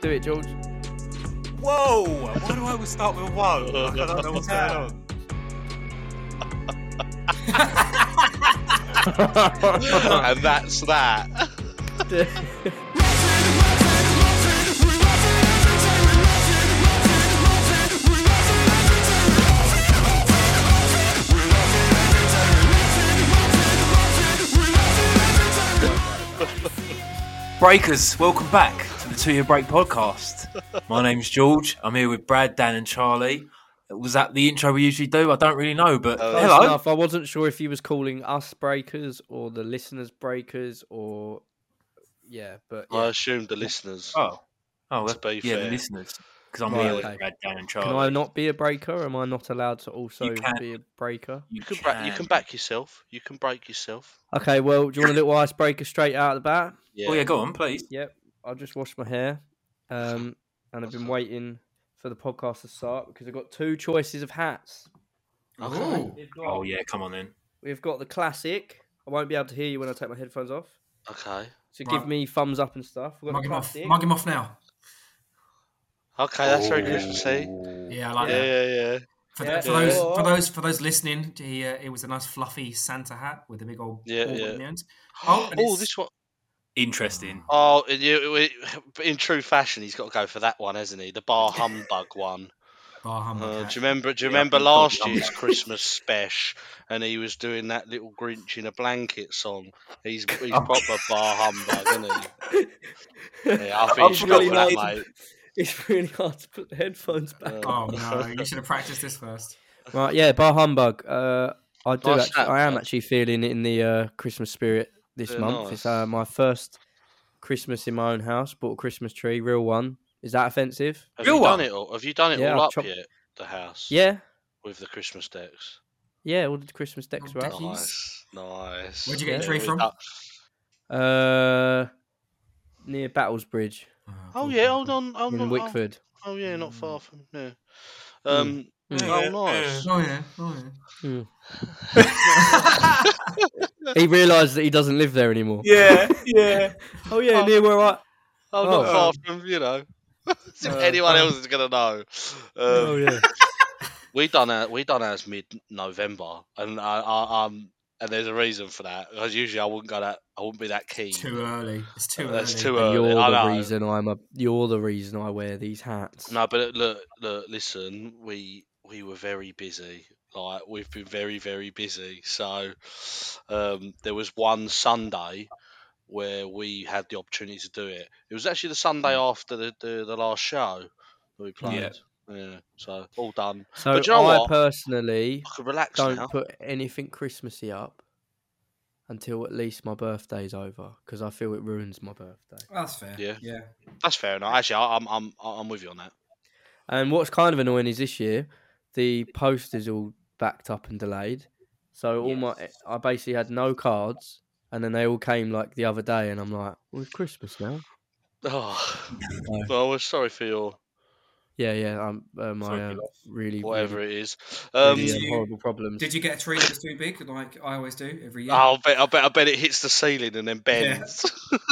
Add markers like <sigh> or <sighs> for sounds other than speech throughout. Do it, George. Whoa! Why do I always start with <laughs> one? Like, I don't know what's going on. and that's that. Breakers, welcome back to the Two Year Break podcast. My name's George. I'm here with Brad, Dan, and Charlie. Was that the intro we usually do? I don't really know, but Oh, Close hello. enough. I wasn't sure if he was calling us breakers or the listeners breakers or yeah, but yeah. I assume the listeners. Oh, oh, To be yeah, the fair. listeners. Because I'm Right, here with okay. Brad, Dan, and can I Charlie. not be a breaker? Or am I not allowed to also Oh, can. be a breaker? You can, Back, you can back yourself. You can break yourself. Okay, well, do you want a little icebreaker straight out of the bat? Yeah. Oh yeah, go on, please. Yep, I just washed my hair, um, and I've been waiting for the podcast to start because I've got two choices of hats. Okay. We've got, Oh yeah, come on then. we've got the classic. I won't be able to hear you when I take my headphones off, Okay. so Right. give me thumbs up and stuff. We've got Mug the him off. classic. Mug him off now. Okay, that's very good to see. Yeah, I like Yeah, that. yeah, yeah. For, Yeah. for those Yeah. for those for those listening, he, uh, it was a nice fluffy Santa hat with a big old Yeah, ball yeah. at the end. Oh, Oh, and it's- this one. <laughs> Interesting. Oh, and you- it- in true fashion, he's got to go for that one, hasn't he? The bar humbug one. Bar humbug Uh, hat. do you remember? Do you Yeah, I remember think I'll last be year's humbug. Christmas special? And he was doing that little Grinch in a blanket song. He's he's Oh. proper bar humbug, isn't he? Yeah, I I've think you forgotten got that, that. mate. <laughs> It's really hard to put the headphones back. Uh, <laughs> Oh no, you should have practiced this first. Right, yeah, bar humbug. Uh, I do. Nice Actually, hat, I am Brad. actually feeling in the uh, Christmas spirit this Yeah, month. It's uh, nice. my first Christmas in my own house. Bought a Christmas tree, real one. Is that offensive? Have Real you done one. it all? Have you done it Yeah, all I've up chopped- yet? The house. Yeah, With the Christmas decks. yeah. All the Christmas decks Oh, were up. Deckies. Nice, nice. Where'd you get your tree we from? done- Uh, near Battlesbridge Bridge Oh yeah, hold on, hold in on. oh, Wickford. Oh yeah, not far Mm. from yeah. Hmm. Mm. Um, Mm. oh nice. Oh yeah, oh He realised that he doesn't live there anymore. Yeah, yeah. Oh yeah, near where I. Oh, not Oh. far from you know. <laughs> if Uh, anyone oh. else is gonna know. Oh Um, yeah. <laughs> we done our we done ours mid November, and I, I um and there's a reason for that because usually I wouldn't go that I wouldn't be that keen. yeah. Too early. It's too early. That's too And early. you're I the know. reason I'm a. You're the reason I wear these hats. No, but it- look, look, listen. We we were very busy. Like we've been very, very busy. So um, there was one Sunday where we had the opportunity to do it. It was actually the Sunday Mm. after the the, the last show that we played. Yeah. So all done. So But you know I what? personally I can relax don't now. put anything Christmassy up until at least my birthday's over because I feel it ruins my birthday. That's fair. Yeah. yeah. That's fair enough. Actually, I, I'm I'm I'm with <laughs> you on that. <sighs> And what's kind of annoying is this year the post is all backed up and delayed. So all my I basically had no cards and then they all came like the other day and I'm like, well, it's Christmas now. Oh, well, we're sorry for your Yeah, yeah, I'm uh, Sorry, my uh, Phil. really whatever it is. Um, really, Did um, you- horrible <laughs> problems. Did you get a tree that was too big, like I always do every year? I'll bet oh, I bet I bet it hits the ceiling and then Yeah. bends. <laughs>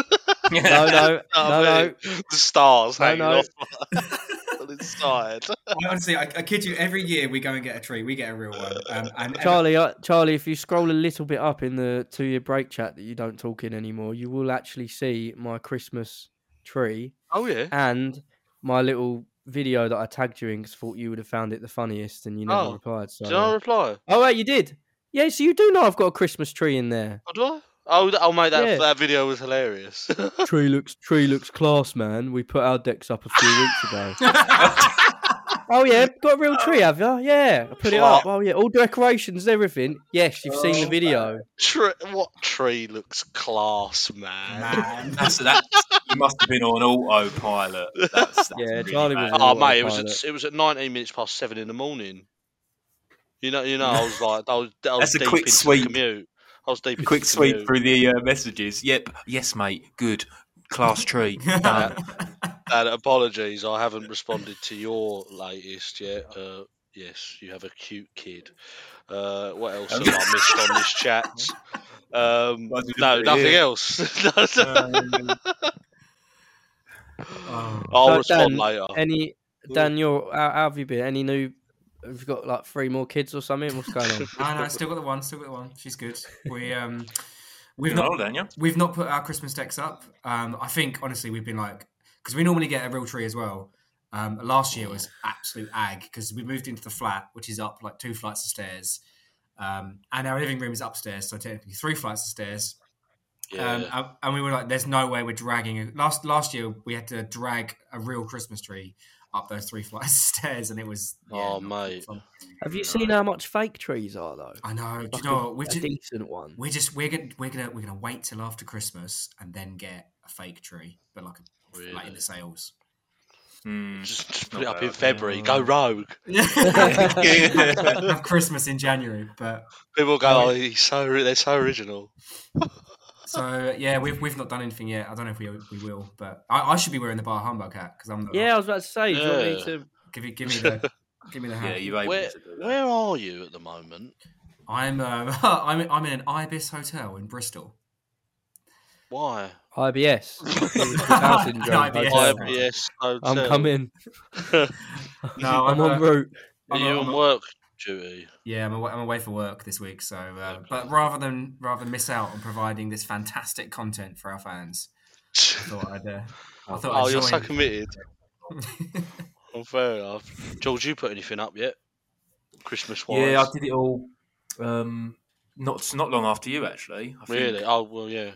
No, no, Oh, no, no. mate. the stars No, hanging no. off <laughs> on its side. I honestly, I, I kid you. Every year we go and get a tree. We get a real one. Um, and Charlie, uh, Charlie, if you scroll a little bit up in the two-year break chat that you don't talk in anymore, you will actually see my Christmas tree Oh yeah. and my little video that I tagged you in because thought you would have found it the funniest, and you never Oh, replied. So, Did I uh, reply? oh wait, you did. Yeah, so you do know I've got a Christmas tree in <laughs> there. Oh, do I? Oh, th- oh mate, that Yeah. that video was hilarious. <laughs> tree looks, tree looks class, man. We put our decks up a few weeks ago. <laughs> Oh yeah, got a real tree, have you? Yeah, I put it up. Oh yeah, all decorations, everything. Yes, you've seen the Oh, video. Tre- what tree looks class, man? <laughs> man, That's that. You must have been on autopilot. That's, that's Yeah, really Charlie bad. was Oh mate, it was Autopilot. at, it was at nineteen minutes past seven in the morning. You know, you know, I was like, I was, I was That's a deep quick into the sweep. commute. I was deep. into Quick the sweep commute. through the uh, messages. Yep. Yes, mate. Good. <laughs> Class tree. Done. And apologies, I haven't responded to your latest yet. Uh, yes, you have a cute kid. Uh, what else have I missed on this chat? Um, Wasn't no, it <laughs> nothing you? <laughs> else. No, no. Oh. I'll So, respond Dan, later. Any Dan, you're how, how have you been? Any new? Have you got like three more kids or something? What's going <laughs> on? No, no, still got the one. Still got the one. She's good. <laughs> We um, we've You're not old, aren't you? we've not put our Christmas decks up. Um, I think honestly we've been like because we normally get a real tree as well. Um, last year was absolute ag because we moved into the flat, which is up like two flights of stairs, um, and our living room is upstairs, so technically three flights of stairs. yeah. Um, and- and we were like, "There's no way we're dragging." a- Last last year we had to drag a real Christmas tree up those three <laughs> flights of stairs, and it was yeah, Oh, not very mate. fun. Have you seen uh, how much fake trees are though? I know. Oh, Do you Like know a, what? we've a just, decent one. we're just we're gonna we're gonna we're gonna wait till after Christmas and then get a fake tree, but like Oh, a, like in Really? the sales. Hmm. just, not just put it up bad. in February. Go rogue. Have Christmas in January, but People go, oh, he's so ri- they're so original. so yeah, we've we've not done anything yet. I don't know if we we will, but I, I should be wearing the bar humbug hat because I'm the Yeah, I was about to say. Do you want me Yeah. to? Give, it- give me the give me the <laughs> hat. Yeah, you able Where to do that. where are you at the moment? I'm um, <laughs> I'm I'm in an ibis hotel in Bristol. Why? IBS. Down <laughs> An syndrome, IBS. hotel. Why- IBS I'm hotel. <laughs> coming. No, I'm on uh, route. Are I'm a- you I'm on a- work duty? Yeah, I'm away, I'm away for work this week, so uh, Okay. but rather than rather than miss out on providing this fantastic content for our fans, I thought I'd. Uh, I thought oh, I'd you're Oh, so <laughs> join. committed. Oh, fair enough. George, you put anything up yet? Christmas wise? Yeah, I did it all. Um, not not long after you, actually. I think. really? Oh, well, yeah.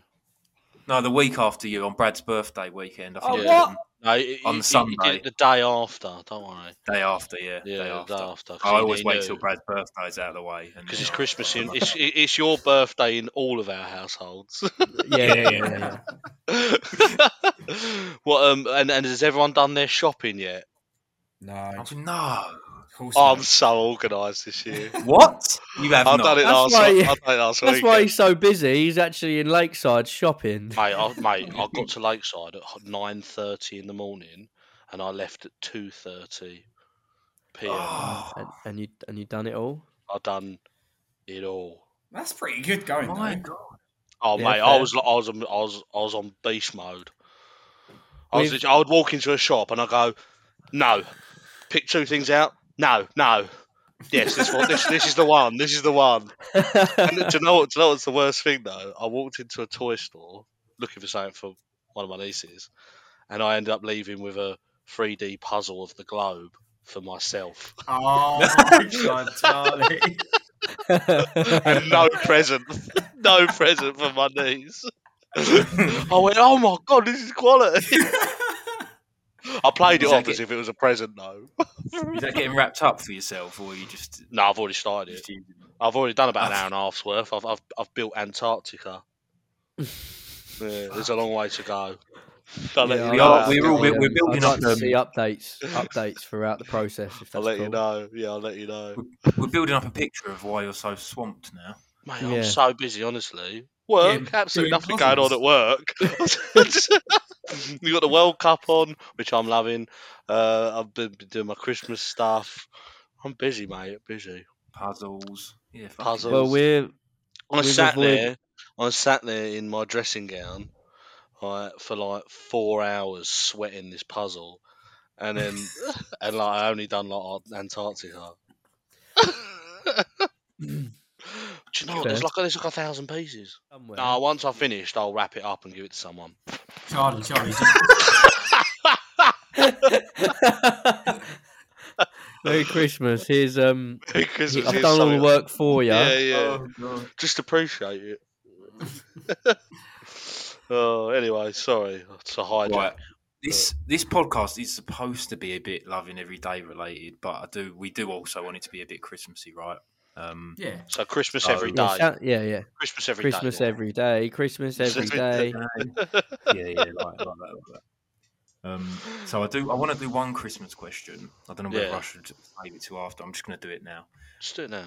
No, the week after you on Brad's birthday weekend. I think Oh, it was No, it, On you- you- Sunday. You did it the day after. Don't worry. the Day after, yeah. Yeah, day after. the day after. I always wait till Brad's birthday's out of the way. and Because then it's I- Christmas in <laughs> it's, it- it's your birthday in all of our households. <laughs> Yeah, yeah, yeah. yeah. what um and, and has everyone done their shopping yet? no, Oh, no. horse Oh, I'm milk. so organised this year. What? You <laughs> have I've not. done it That's last. why- week. I've done <laughs> it last That's week. why he's so busy. He's actually in Lakeside shopping. <laughs> Mate, I, mate, I got to Lakeside at nine thirty in the morning, and I left at two thirty p.m. Oh, And, and you and you done it all. <laughs> I done it all. that's pretty good going. my though. God. Oh Yeah, mate, I fair. was like, I was on, I was I was on beast mode. I was We've- literally- I would walk into a shop and I go, no, pick two things out. No, no, yes, this one, this this is the one, this is the one. And do you know what? Do you know what's the worst thing though? I walked into a toy store looking for something for one of my nieces, and I ended up leaving with a 3D puzzle of the globe <laughs> for myself Oh <laughs> my god, Charlie! and no present, no present for my <laughs> niece. I went, oh my god, this is quality. I played it Is that off as it? if it was a present though. Oh, Is that getting wrapped up for yourself, or you just? No, I've already started it. just using it? I've already done about an hour and a half's worth. I've I've, I've built Antarctica. Yeah, there's a long way to go. I'll let Yeah, you we know. are- we're all- I'd we're- like we're to building up, um, see updates, updates throughout the process. If that's I'll let cool. you know. Yeah, I'll let you know. We're building up a picture of why you're so swamped now. Mate, Yeah. I'm so busy, honestly. Work, Yeah, absolutely doing nothing going puzzles. on at <laughs> work. <laughs> we got the World Cup on, which I'm loving. Uh, I've been, been doing my Christmas stuff. I'm busy, mate. Busy. Puzzles. Yeah. fuck it. Puzzles. Well, we're I We've sat avoided- there. I sat there in my dressing gown right, for like four hours sweating this puzzle, <laughs> and then and like I only done like Ar- Antarctica. Do you know there's Fair. like there's like a thousand pieces. somewhere. No, once I've finished, I'll wrap it up and give it to someone. <laughs> Charlie, Charlie, just, <laughs> Merry Christmas. Here's um. Because I've done all the work for you. Yeah, <laughs> yeah. Oh, God. Just appreciate it. <laughs> <laughs> oh, anyway, sorry. It's a hijack. Right. This this podcast is supposed to be a bit loving every day related, but I do we do also want it to be a bit Christmassy, right? Um, yeah, So Christmas So- every Yeah, day. shout- yeah, yeah. Christmas every day. Christmas every day. Christmas every day. <laughs> yeah, yeah, like, like that. Like that. Um, so I do. I want to do one Christmas question. I don't know whether Yeah. I should save it to after. I'm just going to do it now. Just do it now.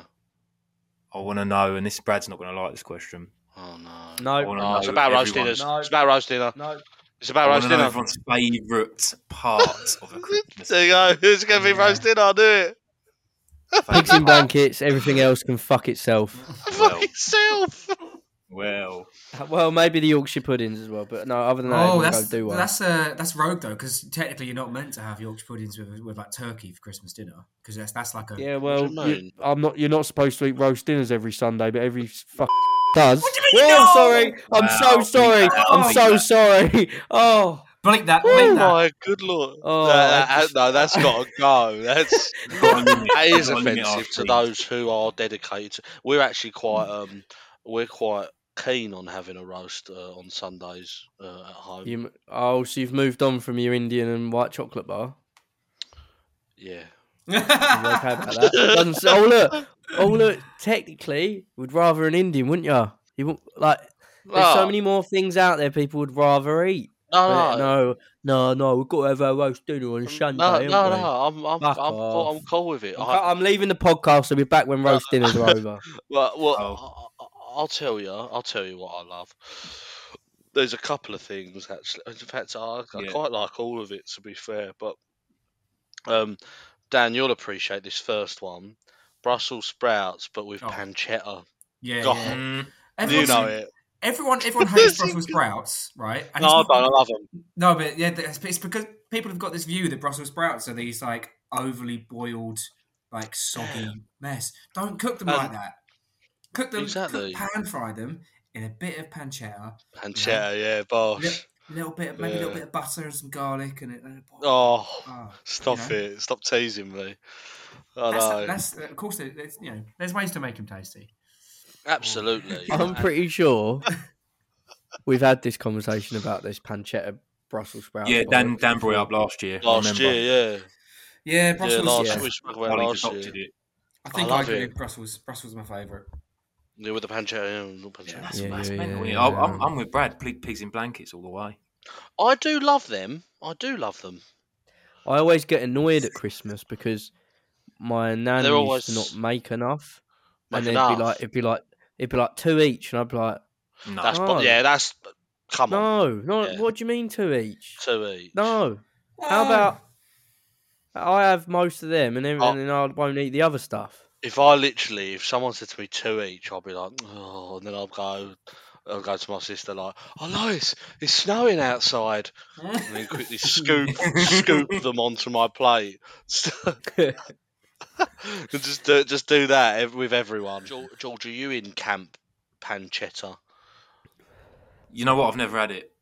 I want to know, and this Brad's not going to like this question. Oh no. I No. <laughs> want to Oh, know it's about roast everyone- dinners. No. It's about roast dinner. No. It's I about want roast to know dinner. everyone's favourite part <laughs> of a Christmas. There you go. It's gonna be Yeah. roast dinner. I'll do it. <laughs> <laughs> Pigs in blankets. Everything else can fuck itself. <laughs> Fuck itself. Well, <laughs> Well, maybe the Yorkshire puddings as well, but no. Other than that, oh, everyone that's go do one. that's uh, that's rogue though, because technically you're not meant to have Yorkshire puddings with, with like turkey for Christmas dinner, because that's that's like a Yeah, do well, you you- mean? I'm not. You're not supposed to eat roast dinners every Sunday, but every fuck does. <laughs> What do you mean you Oh, know? sorry. I'm so Wow. sorry. I'm so sorry. <laughs> <laughs> Oh, blink that, Oh blink <laughs> that. my good lord! Oh, That- that- I just- no, that's got <laughs> to go. That's that is Gotta limit our offensive to treat. those who are dedicated. To, we're actually quite Mm. um, we're quite keen on having a roast uh, on Sundays uh, at home. you. m- Oh, so you've moved on from your Indian and white chocolate bar. Yeah, You're okay about that? Doesn't s- oh look, oh look. Technically, would rather an Indian, wouldn't you? You wouldn't, like. There's so No, many more things out there people would rather eat. No, But no, No, no, no. We've got to have our roast dinner on Oh. no, Sunday. no, haven't no, we? I'm I'm I'm, Fuck cool, off. I'm cool with it. I'm, I, cu- I'm leaving the podcast. I'll be back when roast dinners are <laughs> over. well, well Oh. I, I- I'll tell you, I'll tell you what I love. There's a couple of things actually. In fact, I, I Yeah. quite like all of it to be fair. But um, Dan, you'll appreciate this first one: Brussels sprouts, but with Oh. pancetta. yeah, God. yeah. Mm, you Everyone, know it. everyone, everyone hates Brussels sprouts, right? And No, it's I don't. not- I love them. No, but yeah, th- it's because people have got this view that Brussels sprouts are these like overly boiled, like soggy mess. Don't cook them Um, like that. Cook them, exactly. cook, pan fry them in a bit of pancetta, Pancetta, yeah, boss. Yep. a little bit, maybe a little Yeah. bit of butter and some garlic, and it. And it Oh, Ah, stop know. it! Stop teasing me. I that's, know. that's uh, of course. there- There's, you know, there's ways to make them tasty. Absolutely. <laughs> I'm pretty sure we've had this conversation about this pancetta Brussels sprout. yeah, bowl. Dan Dan brought it up last year. I last remember. year, yeah, Yeah, yeah, Brussels. last yeah. year we spoke about Carly last just year. opted it. I I think I, love agree it. with Brussels. Brussels is my favourite. Yeah, with the pancetta. Yeah, not pancetta. Yeah. That's, Yeah, that's yeah, mental. yeah, Yeah, I- I'm, yeah. I'm with Brad. Pig, pigs in blankets all the way. I do love them. I do love them. I always get annoyed at Christmas because my nan used They're always to not make enough, Make and then enough. it'd be like it'd be like it'd be like two each, and I'd be like, No, That's No. prob- yeah. That's come on. no, no, Yeah. what do you mean two each? Two each. No, Ah. how about I have most of them, and then, Oh. and then I won't eat the other stuff. If I literally, if someone said to me two each, I'll be like, oh, and then I'll go, I'll go to my sister like, oh, Lois, it's snowing outside, and then <laughs> quickly scoop, scoop them onto my plate. <laughs> just do, just do that ev- with everyone. George, George, are you in camp pancetta? you know what? I've never had it.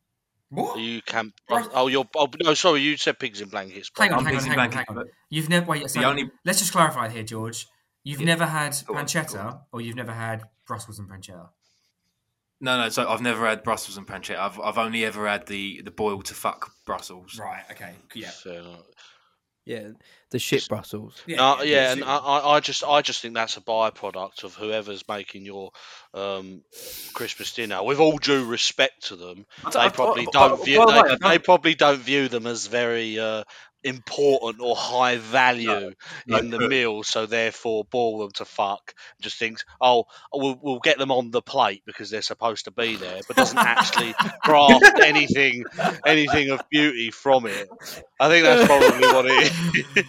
Are what? you camp? Right. Oh, you're. Oh no, sorry, you said pigs in blankets. Hang on, I'm hang on, pigs in hang on, blankets, hang on. but You've never. Wait, a the second. only Let's just clarify here, George. You've Yeah. never had Go on, go pancetta, or you've never had Brussels and pancetta. no, no. So I've never had Brussels and pancetta. I've I've only ever had the the boil to fuck Brussels. Right. Okay. Yeah. Fair enough. Yeah, the shit Brussels. No, yeah, and uh, I- I, I just, I just think that's a byproduct of whoever's making your um, Christmas dinner. With all due respect to them, I don't- they I- I- probably I- don't view, by the way, they, uh, I don't- they probably don't view them as very uh, important or high value no, in the but- meal. So therefore, ball them to fuck. Just thinks, oh, we'll, we'll get them on the plate because they're supposed to be there, but doesn't actually grasp anything, anything of beauty from it. I think that's probably what it is.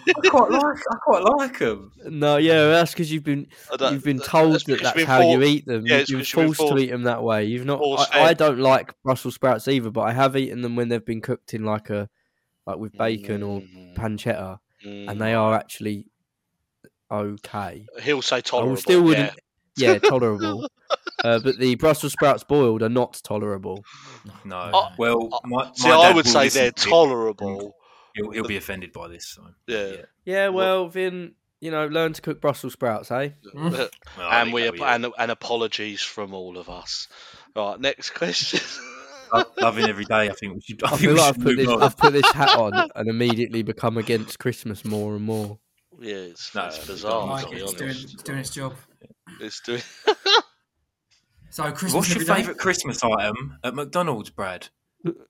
I quite like. I quite like them. No, yeah, that's because you've been I don't- you've been Mm. that- told that's that because that's you've been how you forced- eat them. yeah, You- it's you're because you've been forced, to forced- eat them that way. You've not. forced I, I fed. don't like Brussels sprouts either, but I have eaten them when they've been cooked in like a like with bacon or Mm, pancetta, mm. and they are actually okay. He'll say I tolerable. will still yeah. wouldn't. <laughs> Yeah, tolerable. uh, but the Brussels sprouts boiled are not tolerable. No. Oh, well, my, my See, I dad would will say listen they're to it. tolerable. He'll, he'll be offended by this. So. Yeah. Yeah, What- well, Vin, you know, learn to cook Brussels sprouts, eh? Mm. Well, I and think we that'll be and, and apologies from all of us. Right, next question. it. <laughs> Lo- loving every day. I think we should. I I think feel we like I've should put move this on. I've put this hat on and immediately become against Christmas more and more. yeah, it's, No, it's it's bizarre. not. like to it. be It's doing, oh, honest, it's doing its job. it's doing. So Christmas. What's your every day? favourite Christmas item at McDonald's, Brad?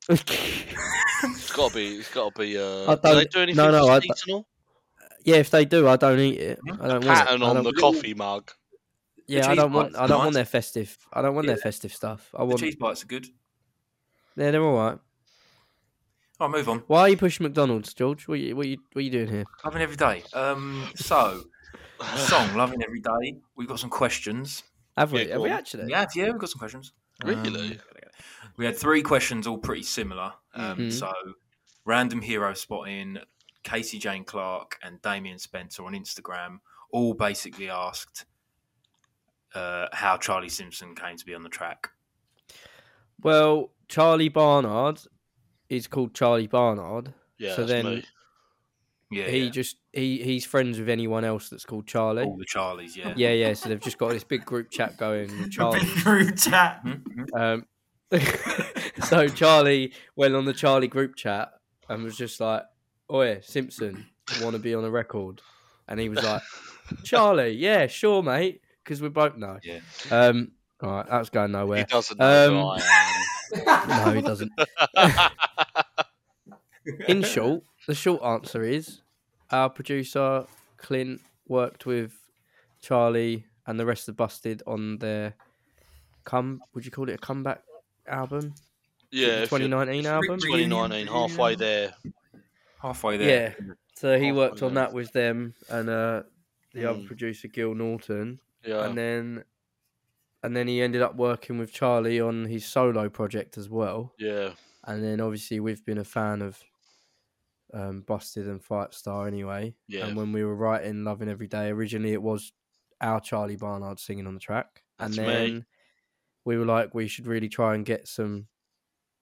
It's got to be. It's got to be. I Uh, do they don't- do anything no, no, I don't- seasonal? yeah, if they do, I don't eat it. I don't want Pattern it. I on don't- the coffee mug. Yeah, I cheese don't want. bites I are don't nice. want their festive. I don't want their Yeah. festive stuff. I The want. cheese bites are good. Yeah, they're all right. All right, Oh, move on. Why are you pushing McDonald's, George? What you what you what you doing here? Loving every day. Um, so song, loving every day. We've got some questions. Have we? Yeah, go have we on. actually? Yeah, yeah, we've got some questions. Really? Um, we had three questions, all pretty similar. Um, Mhm. So, random hero spotting, Casey Jane Clark and Damien Spencer on Instagram all basically asked uh, how Charlie Simpson came to be on the track. Well, Charlie Barnard is called Charlie Barnard. Yeah, So that's then me. Yeah, he yeah. just he he's friends with anyone else that's called Charlie. all the Charlies. Yeah, Yeah, yeah. So they've just got this big group chat <laughs> going. Mm, with A Charlie. <laughs> big group chat. Mhm. Um, <laughs> so Charlie went on the Charlie group chat and was just like, "Oh yeah, Simpson, want to be on a record?" And he was <laughs> like, "Charlie, yeah, sure, mate, because we both know." Yeah. Um, all right, that's going <laughs> He nowhere. doesn't know Um, who I No, he doesn't. Um, <laughs> am. <laughs> In short, the short answer is our producer Clint worked with Charlie and the rest of Busted on their come. Would you call it a comeback album? yeah, if you're 2019 album. 2019, halfway there. halfway there. So he Oh, worked on yeah. that with them and uh, the other Mm. producer Gil Norton, Yeah, and then and then he ended up working with Charlie on his solo project as well. yeah, And then obviously we've been a fan of um, Busted and Fight Star anyway. Yeah. And when we were writing Loving Every Day, originally it was our Charlie Barnard singing on the track, That's me. and then we were like, we should really try and get some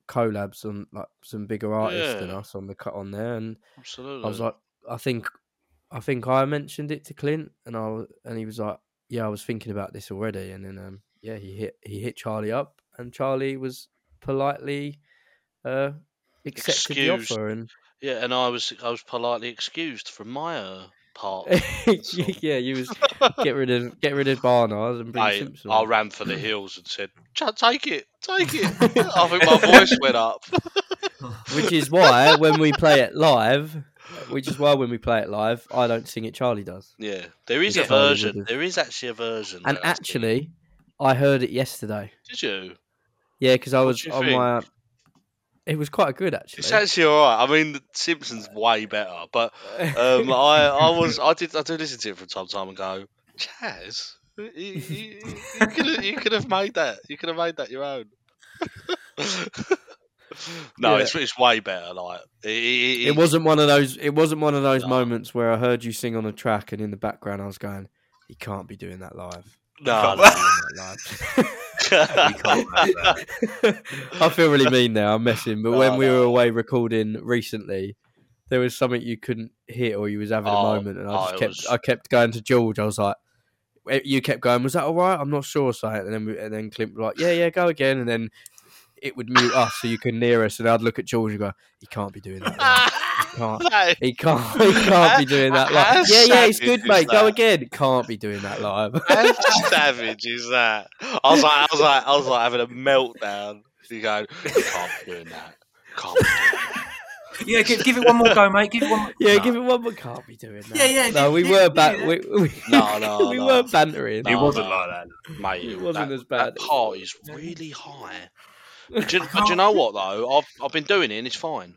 collabs on like some bigger artists than Yeah. us on the cut on there, and absolutely. I was like, I think, I think I mentioned it to Clint, and I wa- and he was like, yeah, I was thinking about this already, and then um, yeah, he hit he hit Charlie up, and Charlie was politely, uh, accepted Excused. the offer, and yeah, and I was I was politely excused from my uh, <laughs> part. yeah, you was get rid of get rid of Barnard and bring I, Simpson. I on. ran for <laughs> the hills and said, "Chad, "Take it, take it." I think my voice went up. which is why when we play it live, which is why when we play it live, I don't sing it. Charlie does. Yeah, there is Yeah. a version. Hollywood. There is actually a version. And that I did. actually, I heard it yesterday. did you? Yeah, because I What was do you on my. It was quite good actually. <laughs> It's actually all right. I mean, The Simpsons way better, but <laughs> um, I, I was, I did, I do listen to it from time to time and go, Chaz, you, you, you, could, you could have made that. You could have made that your own. <laughs> no, Yeah. it's it's way better. Like it, it, it wasn't one of those. It wasn't one of those No. moments where I heard you sing on a track and in the background I was going, "He can't be doing that live." No, Can't be <laughs> doing <laughs> We <laughs> can't have that. that live. <laughs> I feel really mean now. I'm messing, but when No, we no. were away recording recently, there was something you couldn't hear or you was having Oh, a moment, and I oh, just it kept. was- I kept going to George. I was like. eh, You kept going. Was that all right? I'm not sure. So, and then we, and then Clint was like, yeah, yeah, go again. And then it would mute us so you couldn't hear us. And I'd look at George and go, he can't be doing that. <laughs> live. He can't. That- He can't. <laughs> He can't be doing that How live. Yeah, yeah, it's savage good, is mate. Go that? again. Can't be doing that live. How savage is that? I was like, I was like, I was like having a meltdown. You go, can't be doing that. Can't be doing that. yeah. Give, give it one more go, mate. Give it one. <laughs> More... yeah, No. give it one, but can't be doing that. Yeah, yeah, No, yeah, we yeah, were yeah. ban- we, we, <laughs> No, <laughs> no, we no. were bantering. No. It wasn't like that. Mate, It wasn't that- as bad. That part is really high. But do, you- but do you know what though? I've I've been doing it and it's fine.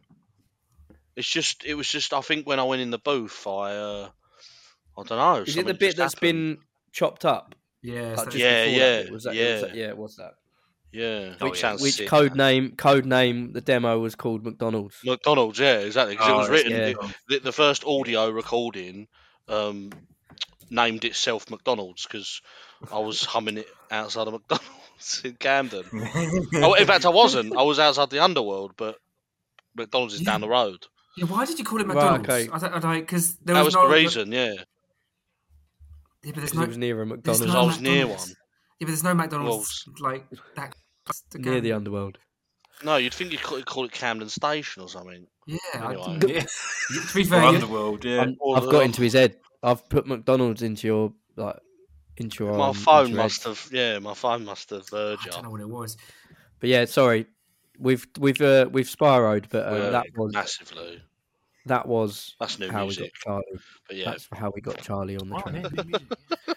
It's just it was just I think when I went in the booth I uh I don't know. Is it the bit that's been chopped up? Yeah, Like, so- just Yeah, before yeah, that bit? was that, yeah. Was that, yeah, what's that? yeah? Oh, Which yeah. sounds Which sick. code name? Code name. The demo was called McDonald's. McDonald's, yeah, exactly. Because it Oh, was that's written yeah. the- the, the first audio recording um named itself McDonald's because I was humming it outside of McDonald's <laughs> in Camden. oh, in fact, I wasn't. I was outside the underworld, but McDonald's <laughs> is down the road. <laughs> Yeah, why did you call it Right, McDonald's? okay. I don't, I don't, because there that was, was no the reason, yeah. Yeah, but there's 'cause no, it was near a there's McDonald's. no McDonald's. I was near McDonald's. Yeah, but there's no McDonald's like that. close to <laughs> Near the Camden. underworld. No, you'd think you'd call it, call it Camden Station or something. Yeah, I Anyway. didn't- Yeah. to be Or fair, you- Underworld. Yeah. I'm- Or I've the- got into his head. I've put McDonald's into your like into your. my um, phone into your head. must have, yeah, my phone must have uh, I verged don't know up. what it was. But yeah, sorry, we've we've uh, we've spyroed, but uh, Yeah, that was massively. that was That's new how we music, got Charlie. but yeah, That's how we got Charlie on the Oh, track. yeah, good music, yeah.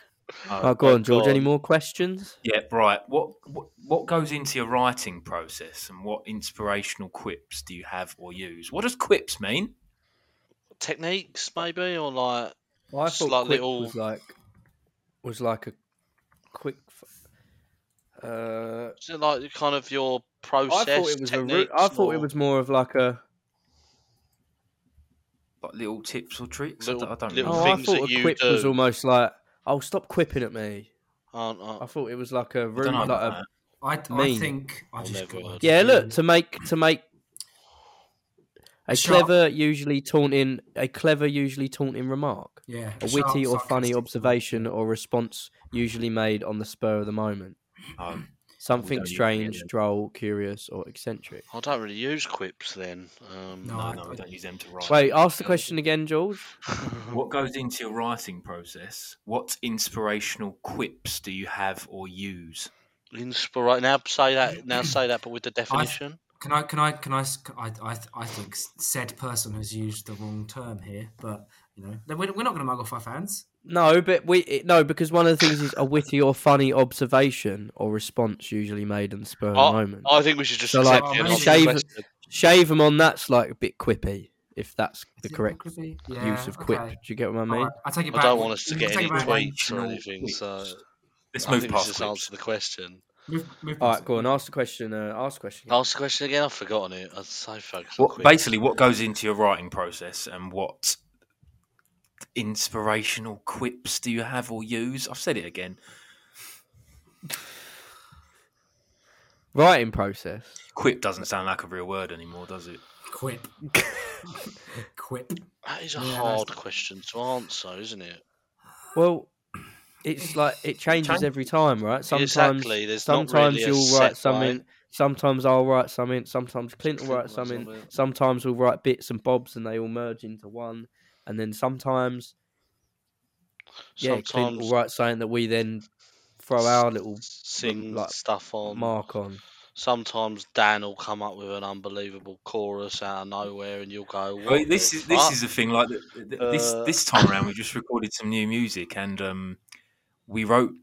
Oh, Oh, go on, go George. Any on. more questions? yeah, right. What, what what goes into your writing process, and what inspirational quips do you have or use? What does quips mean? techniques maybe or like Well, I Just thought like quick little- was like was like a quick. f- Uh, Is it like kind of your I process? thought it was a root. techniques, I thought or- it was more of like a. Like little tips or tricks. Little- I don't, I don't little know. Oh, I things that thought a you quip was do. almost like, "Oh, stop quipping at me." Aren't- aren't- I thought it was like a root, I don't like know a about I, I Mean. think I I'll just never got, like, heard Yeah, a look few- to make to make a Sharp. clever, usually taunting a clever, usually taunting remark, yeah, a sharp, witty or funny sarcastic- observation or response usually made on the spur of the moment, that. Oh, something don't use strange, them. droll, curious, or eccentric. I don't really use quips then. Um, No, no, I- no, we don't use them to write. Wait, ask the question again, George. What goes into your writing process? What inspirational quips do you have or use? <laughs> Inspira- now say that. Now say that, but with the definition. Can I? Can I? Can I? s- I, I, I think said person has used the wrong term here, but you know, then we're, we're not going to mug off our fans. No, but we it- no because one of the things is a witty or funny observation or response usually made on the spur of the moment. I, think we should just So, accept like, the answer to shave- the question. Shave them on that's like a bit quippy, if that's the Is it correct could be? use Yeah, of quip. okay. Do you get what I mean? All right, I take it I back. don't want us to I get take any it back. tweets or Emotional anything. quips. So Let's I move think we should past just quips. answer the question. Move, move All past right, it. go on. Ask the question. Uh, ask the question. Ask the question again. I've forgotten it. I'm so focused on What, quips. basically, what goes into your writing process and what inspirational quips do you have or use? I've said it again. Writing process. Quip doesn't sound like a real word anymore, does it? <laughs> Quip. Quip. <laughs> That is a Yeah, hard that's- question to answer, isn't it? Well, it's like it changes changes. every time, right? Sometimes, exactly. There's not sometimes really a you'll set write way. something. Sometimes I'll write something. Sometimes Clint will Clint write writes something. something. Sometimes we'll write bits and bobs, and they all merge into one. And then sometimes, yeah, Clint will Sometimes write something that we then throw our little sing like, stuff on. mark on. Sometimes Dan will come up with an unbelievable chorus out of nowhere, and you'll go, what Well, this the is this fuck? is the thing. Like th- th- this Uh, this time around, we just recorded some new music, and um, we wrote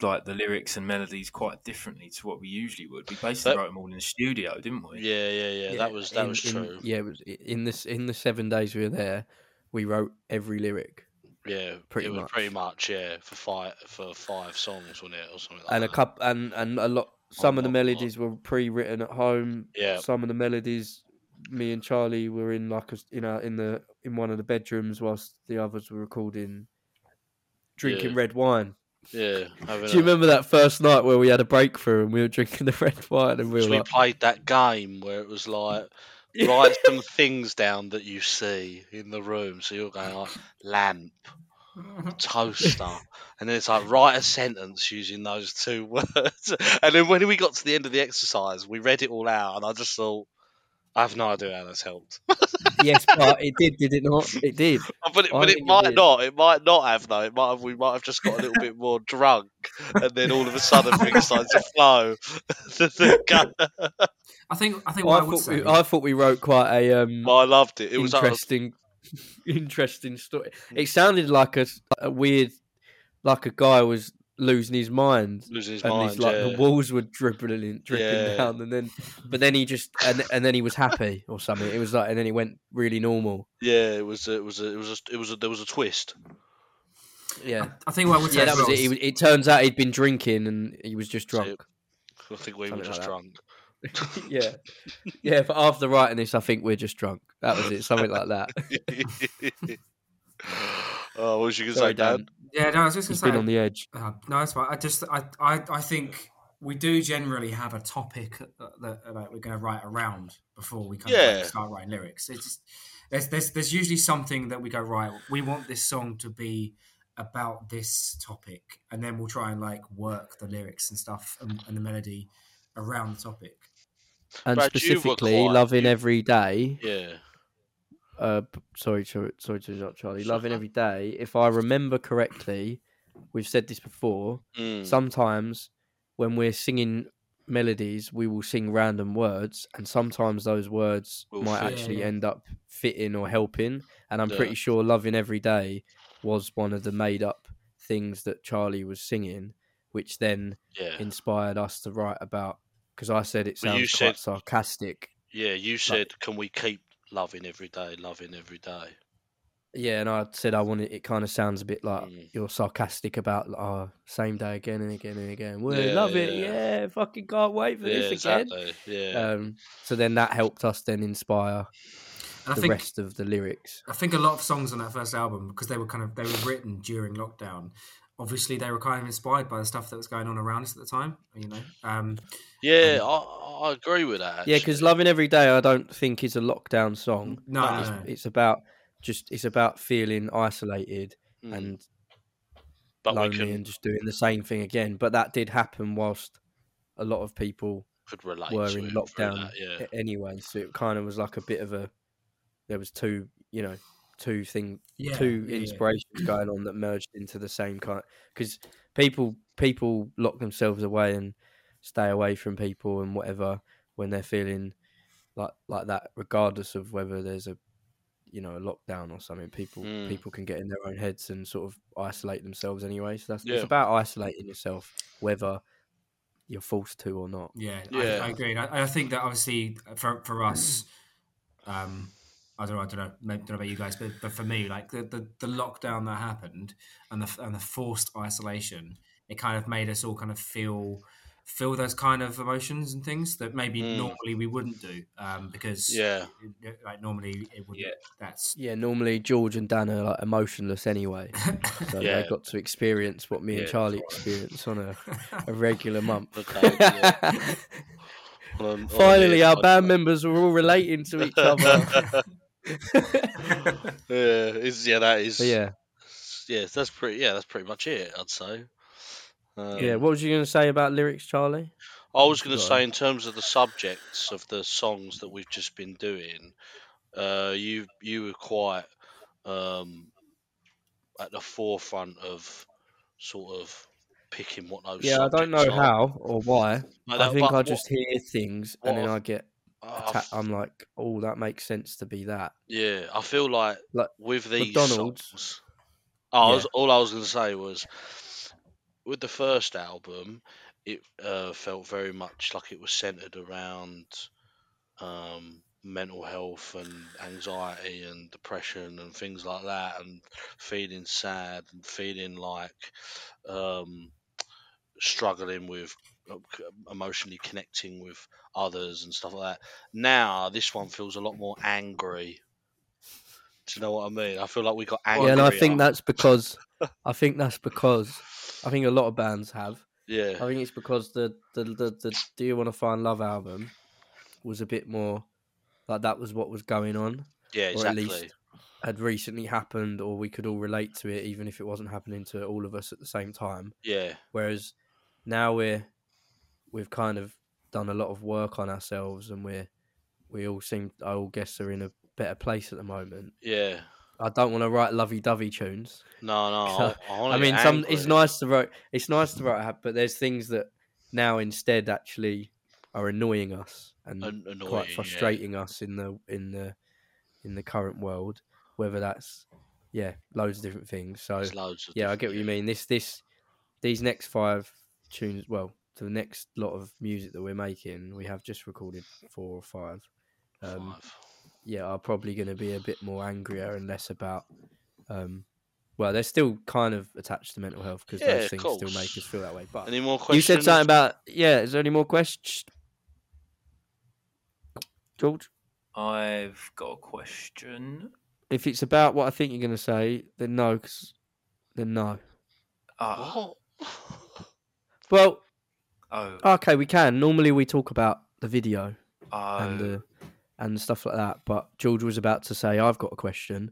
like the lyrics and melodies quite differently to what we usually would. We basically That- wrote them all in the studio, didn't we? Yeah, yeah, yeah, That was that in- was in- true. yeah, it was in this in the seven days we were there. We wrote every lyric yeah, pretty it was much. pretty much yeah for five for five songs, wasn't it, or something like <sighs> and a that. cup and and a lot. Some of the lot, lot. melodies were pre-written at home. Yeah, some of the melodies me and Charlie were in like a, s- in our, in the in one of the bedrooms whilst the others were recording drinking Yeah. uh, red wine. yeah. having Do you a- remember that first night where we had a breakthrough and we were drinking <laughs> the red wine and we were so we like played that game where it was like write some things down that you see in the room. So you're going like lamp, toaster, and then it's like write a sentence using those two <laughs> words. And then when we got to the end of the exercise, we read it all out, and I just thought, I have no idea how that's helped. <laughs> yes, but it did, did it not? It did. But it, I but think it it might did. not. It might not have though. It might have. We might have just got a little bit more drunk, and then all of a sudden things started to flow. <laughs> The- <laughs> the gu- I think. I think. I What I, would thought say. we, I thought we wrote quite a um I loved it. It was like, interesting <laughs> interesting story. It sounded like a, a weird like a guy was losing his mind losing his and mind. he's like yeah. the walls were dribbling dripping Yeah. down and then but then he just and, and then he was happy or something it was like and then he went really normal yeah, it was. It was. It was. just- It was. A, there was a twist. yeah I think what I would say. yeah that as was well it is- he, was- it turns out he'd been drinking and he was just So- drunk <laughs> I think we were Something just like that. drunk. yeah yeah but after writing this i think we're just drunk that was it something like <laughs> that oh, what was you gonna sorry say, Dan? dan yeah. No, I was just going he's to say. been on the edge Uh, no, that's fine. I just, I, I, I think we do generally have a topic uh, that, that like, we're going to write around before we kind of Yeah. like, start writing lyrics. It's just, there's, there's, there's usually something that we go right. We want this song to be about this topic, and then we'll try and like work the lyrics and stuff and, and the melody around the topic. and Brad, you were specifically quiet, loving you- every day Yeah. uh p- sorry to sorry to interrupt charlie It's loving okay. every day if i remember correctly we've said this before Mm. sometimes when we're singing melodies, we will sing random words, and sometimes those words Will might fit. actually Yeah. end up fitting or helping. And I'm Yeah. pretty sure Loving Every Day was one of the made up things that Charlie was singing, which then yeah. inspired us to write about. Because I said it Well, sounds you quite said- sarcastic. Yeah. You said, "Can we keep loving every day? Loving every day." yeah, and I said I wanted. It kind of sounds a bit like Mm. you're sarcastic about like, oh, same day again and again and again. We Yeah, love it, yeah. yeah. Fucking can't wait for yeah, this again. exactly. Yeah. Um, so then that helped us then inspire And I the think rest of the lyrics. I think a lot of songs on that first album because they were kind of they were written during lockdown. Obviously, they were kind of inspired by the stuff that was going on around us at the time. You know, um, yeah, I, I agree with that. Yeah, because "Loving Every Day" I don't think is a lockdown song. no, no, It's, no. it's about just it's about feeling isolated actually. Mm. and but we lonely can, and just doing the same thing again. But that did happen whilst a lot of people could relate. were to in it through lockdown that, yeah. a- anyway, so it kind of was like a bit of a there was two you know two thing yeah, two yeah, yeah. inspirations going on that merged into the same kind because people people lock themselves away and stay away from people and whatever when they're feeling like like that regardless of whether there's a you know a lockdown or something people Hmm. Mm. people can get in their own heads and sort of isolate themselves anyway so that's Yeah. it's about isolating yourself whether you're forced to or not Yeah, Yeah. I, I agree. And I, I think that obviously for, for us, um, I don't know, I don't know, maybe, don't know about you guys, but, but for me, like the, the, the lockdown that happened and the and the forced isolation, it kind of made us all kind of feel feel those kind of emotions and things that maybe Mm. normally we wouldn't do um, because Yeah. like normally it would. Yeah. That's <laughs> yeah normally george and dan are like emotionless anyway so Yeah. they got to experience what me Yeah, and that's charlie right. experience on a a regular month. <laughs> Okay, <laughs> yeah. On a- on a Finally, weird our podcast. <laughs> band members were all relating to each other. yeah, it's, <laughs> yeah, that is. But yeah, yeah, that's pretty. Yeah, that's pretty much it. I'd say. Um, yeah. What was you going to say about lyrics, Charlie? I was going to Go on. say, in terms of the subjects of the songs that we've just been doing, uh, you you were quite um, at the forefront of sort of picking what those. Yeah, I don't know subjects are. how or why. But I that- think but I what- just hear things and what then I've- I get. I Atta- I'm like, oh, that makes sense to be that. Yeah, I feel like, Like, with these McDonald's- songs, Oh, I Yeah. was, all I was going to say was with the first album, it uh, felt very much like it was centered around um, mental health and anxiety and depression and things like that, and feeling sad and feeling like um, struggling with uh, c- emotionally connecting with others and stuff like that. Now this one feels a lot more angry. Do you know what I mean? I feel like we got angry. yeah, and I think that's because I think that's because I think a lot of bands have. yeah, I think it's because the the the, the Do You Want to Find Love album was a bit more like that was what was going on. yeah, or at exactly. least had recently happened or we could all relate to it even if it wasn't happening to all of us at the same time yeah, whereas now we're we've kind of done a lot of work on ourselves and we're we all seem i all guess are in a better place at the moment yeah. i don't want to write lovey-dovey tunes <laughs> No, no. So, I, I, i, wanna get mean some it's angry. nice to write it's nice to write but there's things that now instead actually are annoying us and An- annoying, quite yeah. frustrating us in the in the in the current world whether that's yeah loads of different things so There's loads of yeah i different- get what you mean this this these next five tunes well the next lot of music that we're making we have just recorded four or five um Five. yeah are probably going to be a bit more angrier and less about um well they're still kind of attached to mental health because Yeah, those of things still course. make us feel that way but Any more Um, you questions? said something about yeah. Is there any more questions, George? I've got a question. If it's about what I think you're going to say, then no, 'cause- then no. Ah, What? Well, oh, okay, we can. Normally we talk about the video oh, and uh, the and stuff like that, but George was about to say, "I've got a question.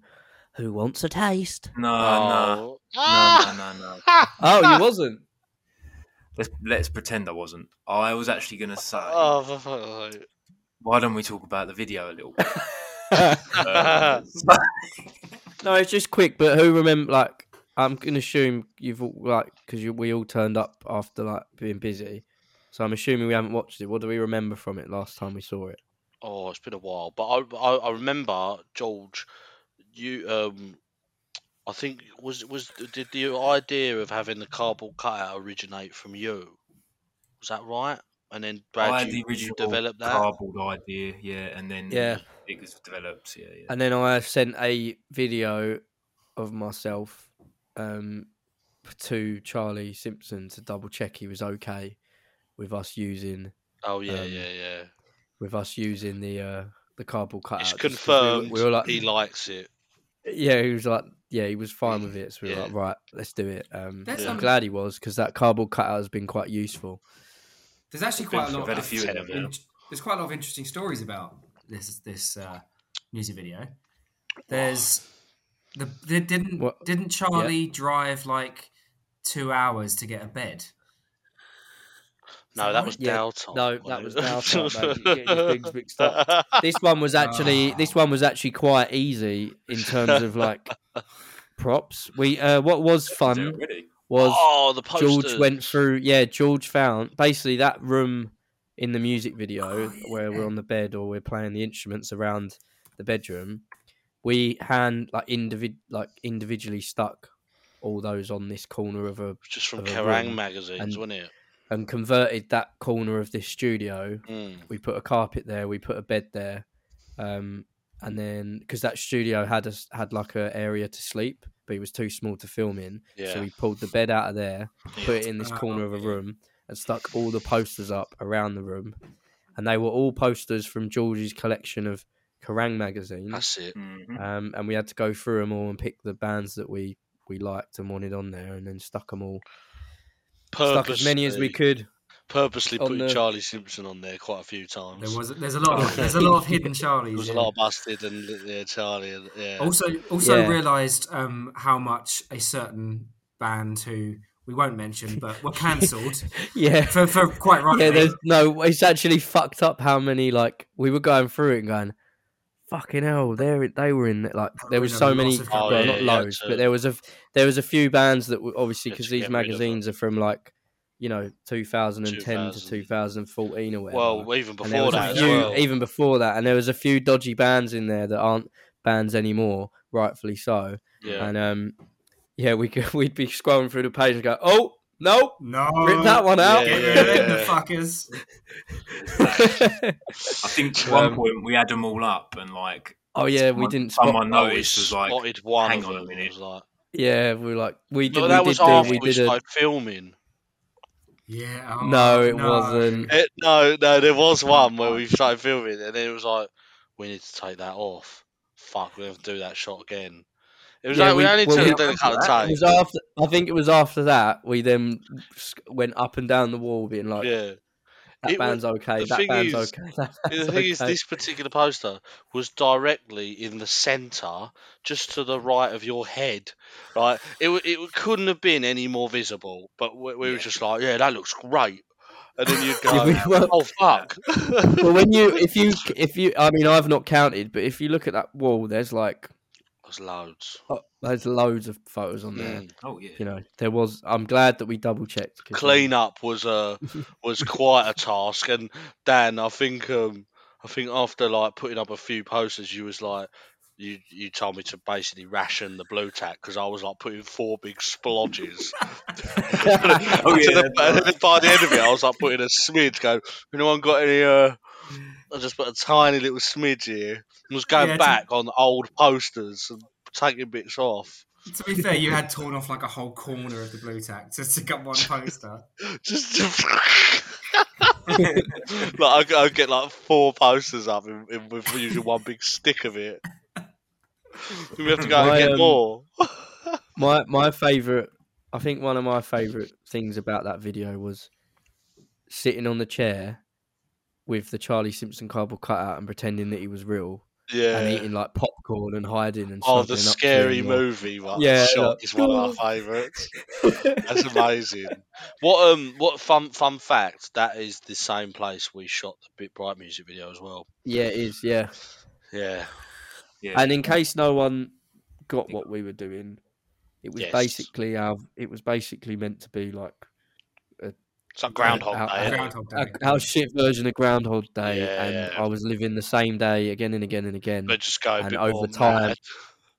Who wants a taste?" <laughs> no, no, no, Oh. no, no, no. Ah! <laughs> Oh, you wasn't. Let's let's pretend I wasn't. I was actually gonna say, <laughs> Oh, for fuck's sake. why don't we talk about the video a little bit? Ah. Um, No, it's just quick. But who remember? Like, I'm gonna assume you've all, like because you, we all turned up after like being busy, so I'm assuming we haven't watched it. What do we remember from it last time we saw it? Oh, it's been a while, but I, I, I remember George. You um, I think was was did the idea of having the cardboard cutout originate from you? Was that right? And then Brad, I had you, the you original developed that. cardboard idea, yeah, and then Yeah. it was developed, yeah, yeah. And then I sent a video of myself um, to Charlie Simpson to double check he was okay with us using Oh yeah, Um, yeah, yeah. with us using the uh, the cardboard cutout. It's just 'cause confirmed. We were, we were like, he likes it. yeah, he was like, yeah, he was fine with it. So we were Yeah. like, right, let's do it. Um, There's I'm some- glad he was because that cardboard cutout has been quite useful. There's actually I've been quite a lot. to a Of, few of them now. in- there's quite a lot of interesting stories about this this uh, music video. There's the they didn't What- didn't Charlie drive like two hours to get a bed? No, that was Yeah. Dowtime. No, that was Dowtime, mate. You're getting <laughs> your things mixed up. This one was actually this Ah. one was actually quite easy in terms of <laughs> like props. We uh, what was fun Already. was <laughs> oh, the posters. George went through. Yeah, George found basically that room in the music video Oh, where we're yeah. on the bed or we're playing the instruments around the bedroom. We hand like individ like individually stuck all those on this corner of a just from of a Kerrang room, magazines, and- wasn't it? and converted that corner of this studio Mm. we put a carpet there, we put a bed there, um, and then because that studio had us had like a area to sleep, but it was too small to film in, Yeah. so we pulled the bed out of there, put it in this Ah, corner of a room, and stuck all the posters up around the room, and they were all posters from George's collection of Kerrang magazines, That's it. Mhm. um, and we had to go through them all and pick the bands that we we liked and wanted on there, and then stuck them all, Purposely, stuck as many as we could. Purposely on putting the- Charlie Simpson on there quite a few times. There was there's <laughs> a lot of, there's a lot of hidden Charlies. There was a in lot it. of busted and yeah, Charlie. And, yeah. Also, also Yeah. realised um, how much a certain band who we won't mention but <laughs> were cancelled Yeah. for, for quite rightly. Yeah, there's no. It's actually fucked up how many like we were going through it and going, fucking hell, there they were in like there was Really so lots many, of well, bands. not Oh, yeah, yeah, loads, so- but there was a there was a few bands that were obviously Had because to these get rid of magazines are from like you know 2010 to 2000. 2014 or whatever. well, even And there before was that, a as few, well. even before that, and there was a few dodgy bands in there that aren't bands anymore, rightfully so. yeah. And um, yeah, we could, <laughs> we'd be scrolling through the page and go, oh no, no, rip that one out. <laughs> Get Yeah, rid of them, yeah, the yeah. fuckers. I <laughs> think at Um, one point we had them all up and like <laughs> Oh yeah, we someone- didn't spot. Someone Oh, we noticed was like, spotted one hang of on a them. and minute. was like, Yeah, we were like we did. no, we that did was do, after we we did a, started filming. Yeah. oh, No, it wasn't. Eh, no, no, there was one where we started filming, and then it was like, we need to take that off. Fuck, we have to do that shot again. It was Yeah, like we, we- only well, took we- it down a couple of It times. was after. I think it was after that we then sc- went up and down the wall, being like, Yeah. "That It was- band's okay. the That thing band's is- okay." <laughs> The That's thing is, okay." this particular poster was directly in the centre, just to the right of your head. Right, it wa- it wa- couldn't have been any more visible. But we, we were just like, yeah, that looks great. And then you'd <laughs> Yeah, go, we were- oh <laughs> fuck. <laughs> well, when you, if you, if you, I mean, I've not counted, but if you look at that wall, there's like, There's loads. oh, there's loads of photos on there. Mm. oh yeah, You know, there was. I'm glad that we double checked. <laughs> Clean up was a was quite a task. And Dan, I think um I think after like putting up a few posters, you was like. You, you told me to basically ration the blue tack because I was like putting four big splodges Oh, yeah, And then- that's and then by the end of it, I was like putting a smidge. Go, anyone got any? Uh, I just put a tiny little smidge here. And was going Yeah, it's- back on old posters and taking bits off. <laughs> To be fair, you had torn off like a whole corner of the blue tack to stick up <laughs> one poster. Just like I, I get like four posters up in, in, with using one big stick of it. We have to go My, and get um, more. <laughs> my my favorite i think one of my favorite things about that video was sitting on the chair with the charlie simpson cardboard cutout and pretending that he was real and yeah. eating like popcorn and hiding and Oh, the snuggling up to scary him, like- movie one. Yeah, shot like, is one of my favourites. <laughs> That's amazing. What um what fun fun fact, that is the same place we shot the Bit Bright music video as well. yeah it is yeah Yeah. yeah. and in case no one got what we were doing it was Yes. basically our it was basically meant to be like It's like Groundhog out- Day. out- isn't it? Groundhog a, Day. our shit version of groundhog day Yeah, and yeah. i was living the same day again and again and again But just go a And bit over more time- mad.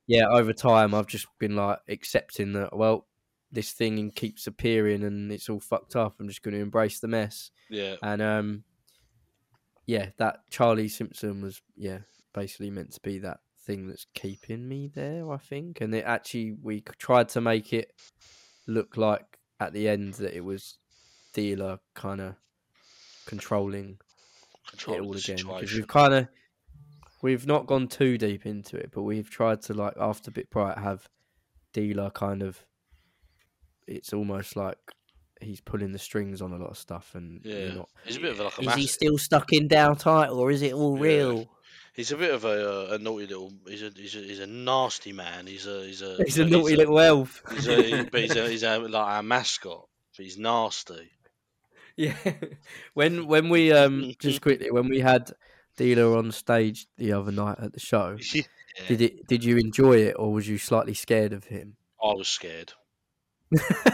yeah, over time, I've just been like accepting that. Well, this thing keeps appearing, and it's all fucked up. I'm just going to embrace the mess. Yeah. And um, yeah, that Charlie Simpson was yeah basically meant to be that thing that's keeping me there, I think. And it actually, we c- tried to make it look like at the end that it was dealer kind of controlling it Control all the again because situation. we've kind of we've not gone too deep into it, but we've tried to like after Bit Bright have dealer kind of. It's almost like he's pulling the strings on a lot of stuff, and you're Yeah. not- He's a bit of like is a he massive, still stuck in tight, or is it all Yeah. real? he's a bit of a, uh, a naughty little. He's a, he's a he's a nasty man. He's a he's a He's a naughty little elf. <laughs> He's a, he- but he's a, he's a, like our mascot. But he's nasty. Yeah. When when we <laughs> um just quickly when we had Dealer on stage the other night at the show, Yeah. did it did you enjoy it or was you slightly scared of him? I <laughs> was scared.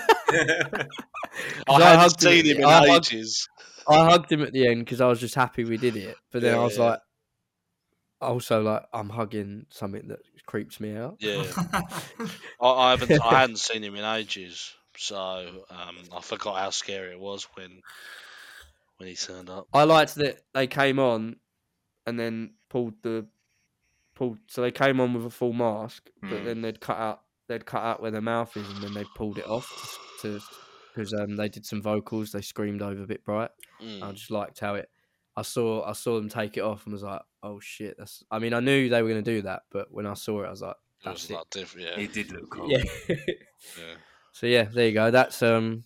'Cause I hadn't hugged seen at him the- in I hugged, ages. I hugged him at the end because I was just happy we did it. But then I was Yeah. like, also like I'm hugging something that creeps me out. Yeah, I, I <laughs> haven't I hadn't seen him in ages, so um, I forgot how scary it was when when he turned up. I liked that they came on and then pulled the pulled so they came on with a full mask, but Hmm. Mm. then they'd cut out they'd cut out where their mouth is and then they pulled it off to because um, they did some vocals, they screamed over Bit Bright. Mm. I just liked how it I saw I saw them take it off and was like, Oh shit, that's I mean I knew they were gonna do that, but when I saw it I was like, it was that's a it. lot different. Yeah, It did look cool. Yeah. yeah. so yeah, there you go. That's um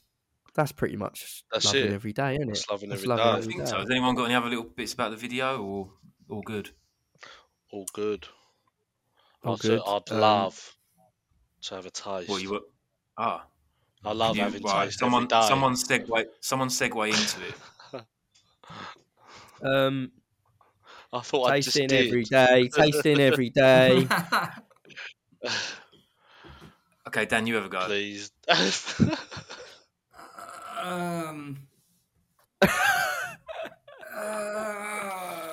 that's pretty much That's loving it. every day, isn't it? It's loving That's every loving day. I think so. Has anyone got any other little bits about the video or all good? All good. All I'd, good. I'd Um, love to have a taste. What you were? Ah, I love you- having right, taste. someone, every day. someone segue, someone segue into it. um I thought I just tasting did. every <laughs> day, tasting every day. Uh, Okay, Dan, you ever go? Please. <laughs> um, um,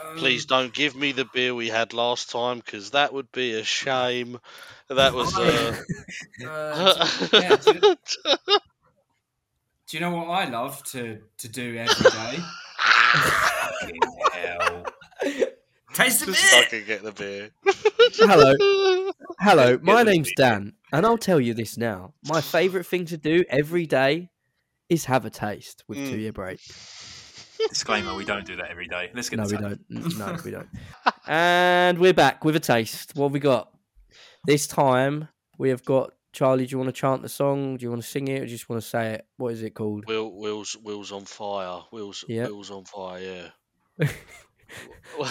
Mm. Please don't give me the beer we had last time because that would be a shame. That was. <laughs> Uh... Uh, do, yeah, do, do you know what I love to to do <laughs> every day? Fucking hell. Taste just fucking get the beer. <laughs> Hello. Hello, my name's Dan, and I'll tell you this now. My favourite thing to do every day is have a taste with Mm. two year break. Disclaimer: We don't do that every day. Let's get No, the we taste. don't. N- No, we <laughs> don't. And we're back with a taste. What have we got? This time we have got Charlie, do you want to chant the song? Do you want to sing it or just want to say it? What is it called? Will, wheels, wheels on fire. Wheels, Yep. wheels on fire. Yeah. <laughs>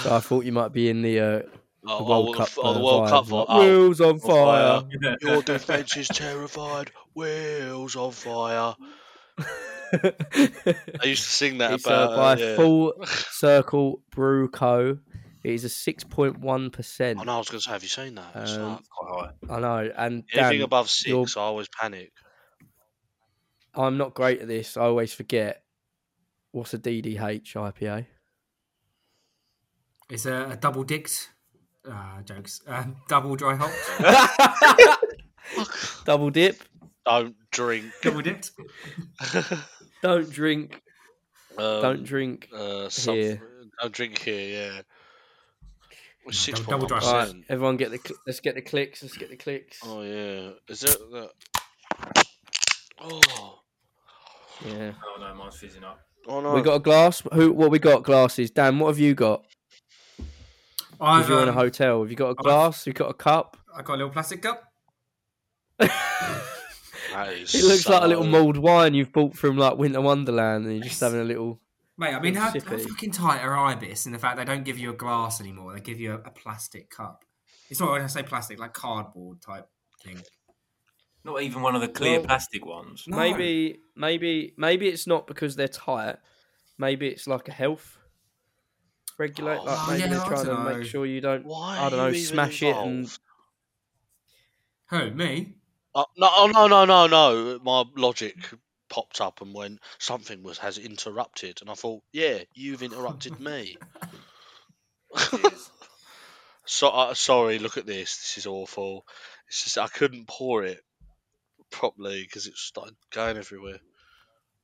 So I thought you might be in the, uh, Oh, the oh, World the Cup. f- oh, the uh, World vibes, Cup. for like, oh, Wheels on fire. fire. your defense is terrified. Wheels on fire. <laughs> I used to sing that It's uh, about. uh, by yeah. <laughs> Full Circle Brew Co. It is a six point one percent. I know. I was going to say, have you seen that? It's Um, like- Quite high. I know, and anything Dan, above 6 you're- I always panic. I'm not great at this. I always forget. What's a DDH <laughs> IPA? It's a, a double dicked. Uh, jokes. Um, double dry <laughs> hopped. <laughs> Double dip. Don't drink. double dipped. Don't drink. <laughs> don't Um, drink. Uh, some, here. Don't drink here. Yeah. Well, No, Six double- double point one dry. All right, percent. everyone, get the. Cl- let's get the clicks. Let's get the clicks. Oh yeah. Is there? The... Oh. Yeah, Oh no, mine's fizzing up. Oh no. we got a glass. Who? What we got? Glasses. Dan, what have you got? Because I've you're in a um, hotel. Have you got a I've- glass? You got a cup? <laughs> I got a little plastic cup. That is It looks like a little so- mulled wine you've bought from like Winter Wonderland, and you're just having a little. Mate, I mean, how, how Sippy. fucking tight are Ibis in the fact they don't give you a glass anymore? They give you a, a plastic cup. It's not when I say plastic, like cardboard type thing. Not even one of the clear Well- plastic ones. No. Maybe, maybe, maybe it's not because they're tight. Maybe it's like a health regulate. Oh, like maybe yeah, they're I trying to dunno. make sure you don't. Why? I don't are know, you even smash it and- involved? Who me? <laughs> Uh, no, oh, no, no, no, no. My logic popped up and went, something was has interrupted. And I thought, yeah, you've interrupted me. <laughs> so uh, Sorry, look at this. This is awful. It's just I couldn't pour it properly because it started going everywhere.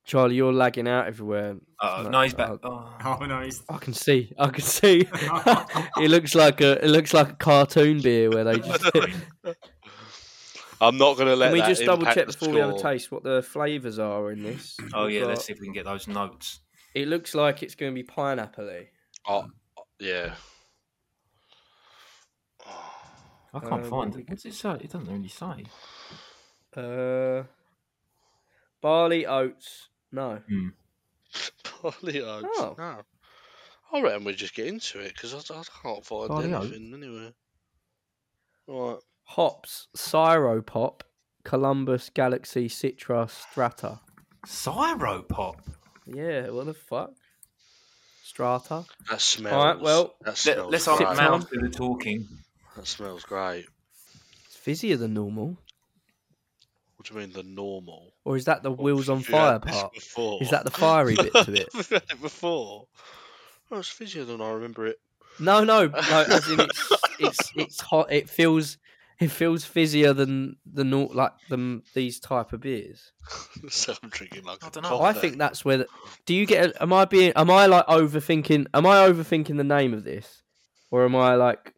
Charlie, you're lagging out everywhere. Uh, No, no, he's back. I'll- Oh. Oh no, he's I can see. I can <laughs> see. <laughs> it looks like a it looks like a cartoon beer <laughs> where <laughs> they just. <laughs> I'm not going to let Can we that just double impact check the before we have a score. taste what the flavors are in this? Oh We've yeah, let's got- see if we can get those notes. It looks like it's going to be pineapple-y. Oh, yeah. <sighs> I can't Um, find it. Uh, What's it say? It doesn't really say. Uh, barley oats. No. Barley oats. Oh. No. I reckon we just get into it because I, I can't find Barley oats? anything anywhere. Right. Hops, Syro Pop, Columbus, Galaxy, Citra, Strata. Cyropop. Yeah, what the fuck? Strata. That smells. well, that Let, smells let's Right. ask great. Sit down. Mouse do the talking. That smells great. It's fizzier than normal. What do you mean the normal? Or is that the wheels on We've had fire <laughs> this part? Before. Is <laughs> that the fiery bit to it? We've had it before. Oh, it's fizzier than I remember it. <laughs> No, no, no. As in, it's it's it's hot. It feels it feels fizzier than the nor- like the these type of beers. so I'm drinking like I a dunno. cock I there. think that's where. The, do you get? Am I being? Am I like overthinking? Am I overthinking the name of this, or am I like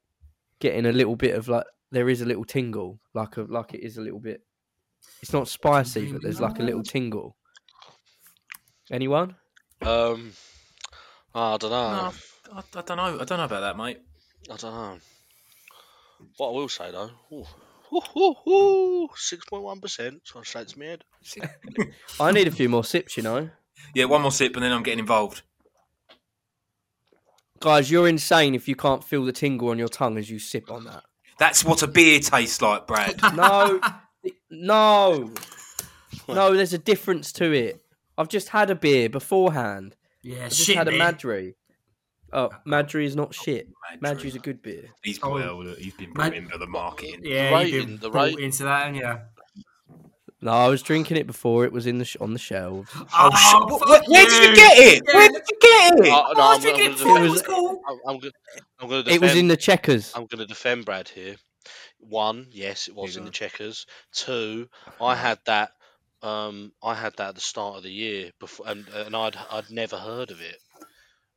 getting a little bit of like there is a little tingle, like a like it is a little bit. It's not spicy, but there's like a little tingle. Anyone? Um, ah, I don't know. No, I, I don't know. I don't know about that, mate. I don't know. What I will say though, ooh, ooh, ooh, ooh, 6.1%, so I say it's mad. I need a few more sips, you know. Yeah, one more sip and then I'm getting involved. Guys, you're insane if you can't feel the tingle on your tongue as you sip on that. That's what a beer tastes like, Brad. No, <laughs> no, no. There's a difference to it. I've just had a beer beforehand. yeah. I just Shit, had a me. Madry. Oh, Madry is not shit. Madry's a good beer. He's, Oh. well, he's been Mad- brought in by the marketing. yeah, The you've rating, been the brought rating. into that, and yeah. No, I was drinking it before it was in the sh- on the shelves. Oh, shit. What- what- where did you get it? Where did you get it? I- Ah, Oh, no, I I'm was drinking gonna it before Oh, it was- was cool. I'm, I'm gonna, I'm gonna It defend, was in the Checkers. I'm gonna defend Brad here. One, yes, it was you in the go. checkers. Two, I had that. Um, I had that at the start of the year before, and, and I'd I'd never heard of it.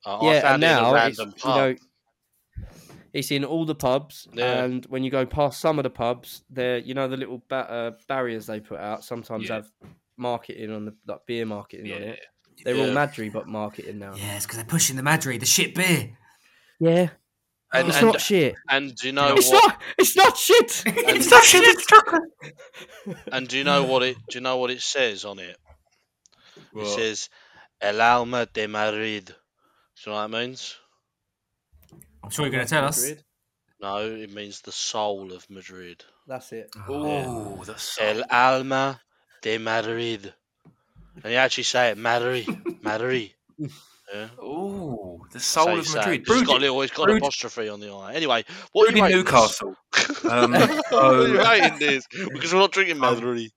Uh, I Yeah, and found it in now a it's, random you pub. know, it's in all the pubs, Yeah. and when you go past some of the pubs, there you know the little ba- uh, barriers they put out sometimes Yeah. have marketing on the like beer marketing on Yeah. it. They're all Yeah. Madry but marketing Oh. now. Yeah, Yeah, it's because they're pushing the Madry, the shit beer. and, it's and, not shit. and do you know it's what? not. It's not shit. It's <laughs> not shit, it's chocolate. And do you know what it? Do you know what it says on it? It Well, says El alma de Madrid. Do you know what that means? I'm sure you're going to tell us. Madrid. No, it means the soul of Madrid. That's it. oh, the El alma de Madrid. And you actually say <laughs> it, Madrid, Madrid. Yeah. Oh, the That's how soul you of say it. Madrid. It's got a Brewed, little, it's got an brewed- apostrophe on the eye. Anyway, what brewed are you in rating this? Newcastle. Um, <laughs> What are you so- rating this? Because we're not drinking Um, Madrid.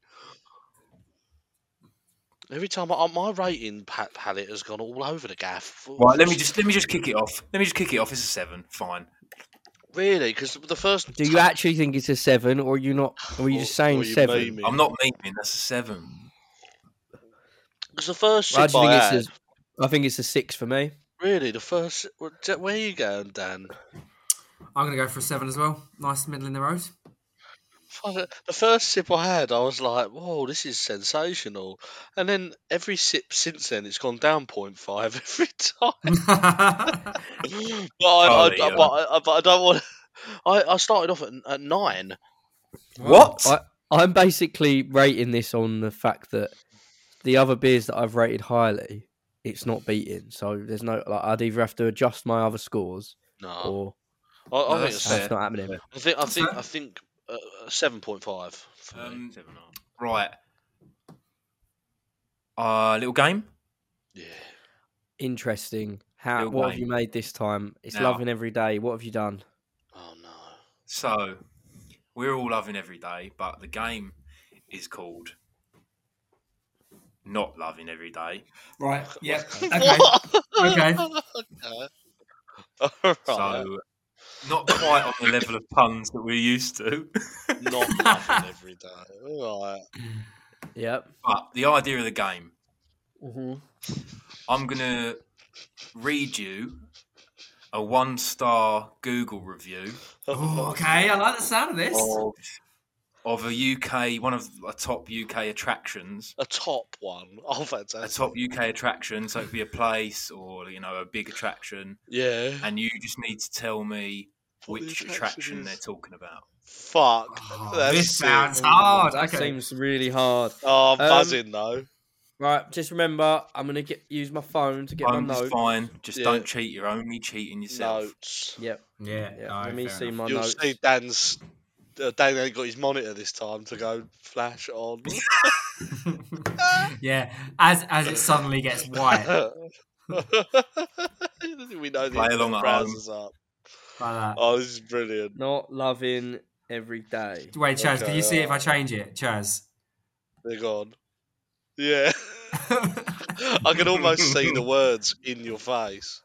Every time I, my rating pa- palette has gone all over the gaff. right, let me just let me just kick it off. Let me just kick it off. It's a seven. Fine. really because the first Do you actually think it's a seven, or are you not? Or are you Or- just saying or you seven? mean me. I'm not memeing. That's a seven. Because the first I sip actually I, think had, it's a, I think it's a six for me. really the first. well, Ja- Where are you going, Dan? I'm going to go for a seven as well. Nice middle in <laughs> the road. <laughs> Fuck it, The first sip I had, I was like, "Whoa, this is sensational!" And then every sip since then, it's gone down 0.5 <laughs> every time. But I, I, Charlie, uh, but, I, but I don't want. <laughs> I, I started off at, at nine. What? I, I'm basically rating this on the fact that the other beers that I've rated highly, it's not beating. So there's no like I'd either have to adjust my other scores No, or I, I think that's it's that's fair. not happening. I think I think fair. I think uh, seven point five. Um, Right. Uh, little game. yeah, Interesting. How Real what have game. you made this time? It's Now- loving every day. What have you done? oh no. <laughs> So we're all loving every day, but the game is called not loving every day. right. <laughs> Yeah. Okay. What? Okay. <laughs> Okay. Alright. So not quite on the level of puns that we're used to. <laughs> Not laughing every day. Alright. Yep. But the idea of the game I'm gonna read you a one star Google review Ooh, Oh, okay, I like the sound of this. Oh. of, of a UK one of a top UK attractions. A top one. <laughs> Oh, A fantastic. top UK attraction, so it could be a place or you know a big attraction, Yeah. and you just need to tell me What the which attraction attraction is- they're talking about. Fuck. Oh, That's this sick. sounds hard. Okay. Seems really hard. Oh, I'm Um, buzzing though. Right, just remember, I'm gonna get use my phone to get I'm my just notes. fine. Just Yeah. don't cheat. You're only cheating yourself. Notes. Yep, Yeah. yeah. no, Let me fair see enough. my You'll notes. see Dan's. Uh, Dan ain't got his monitor this time to go flash on. <laughs> <laughs> yeah. As as it suddenly gets white like we know the Play along at browser's up. that. Oh, this is brilliant. Not loving every day. Wait, Chaz, can Okay, you see if I alright. change it, Chaz? <laughs> They're gone. Yeah. <laughs> I can almost see the words in your face.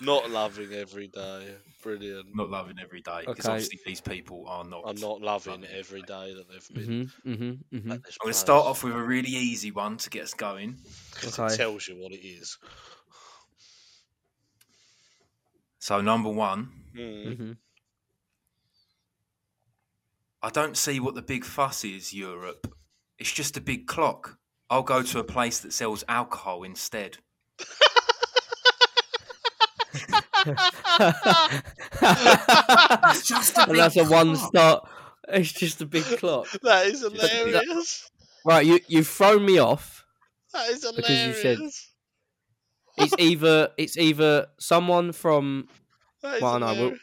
not loving every day. Brilliant. Not loving every day because Okay. obviously these people are not. I'm not loving every day that they've been. Mhm, mhm, mhm. at this I'm going to place. start off with a really easy one to get us going. 'Cause Okay. <laughs> It tells you what it is. So number one, Mm. Mhm. I don't see what the big fuss is. Europe, it's just a big clock. I'll go to a place that sells alcohol instead. mm-hmm. It's just a <laughs> and that's a big one cock. star. It's just a big clock. That is a big- hilarious. Right, you you've thrown me off. That is hilarious. because you said- <laughs> It's either it's either someone from That is Well, no, we'll-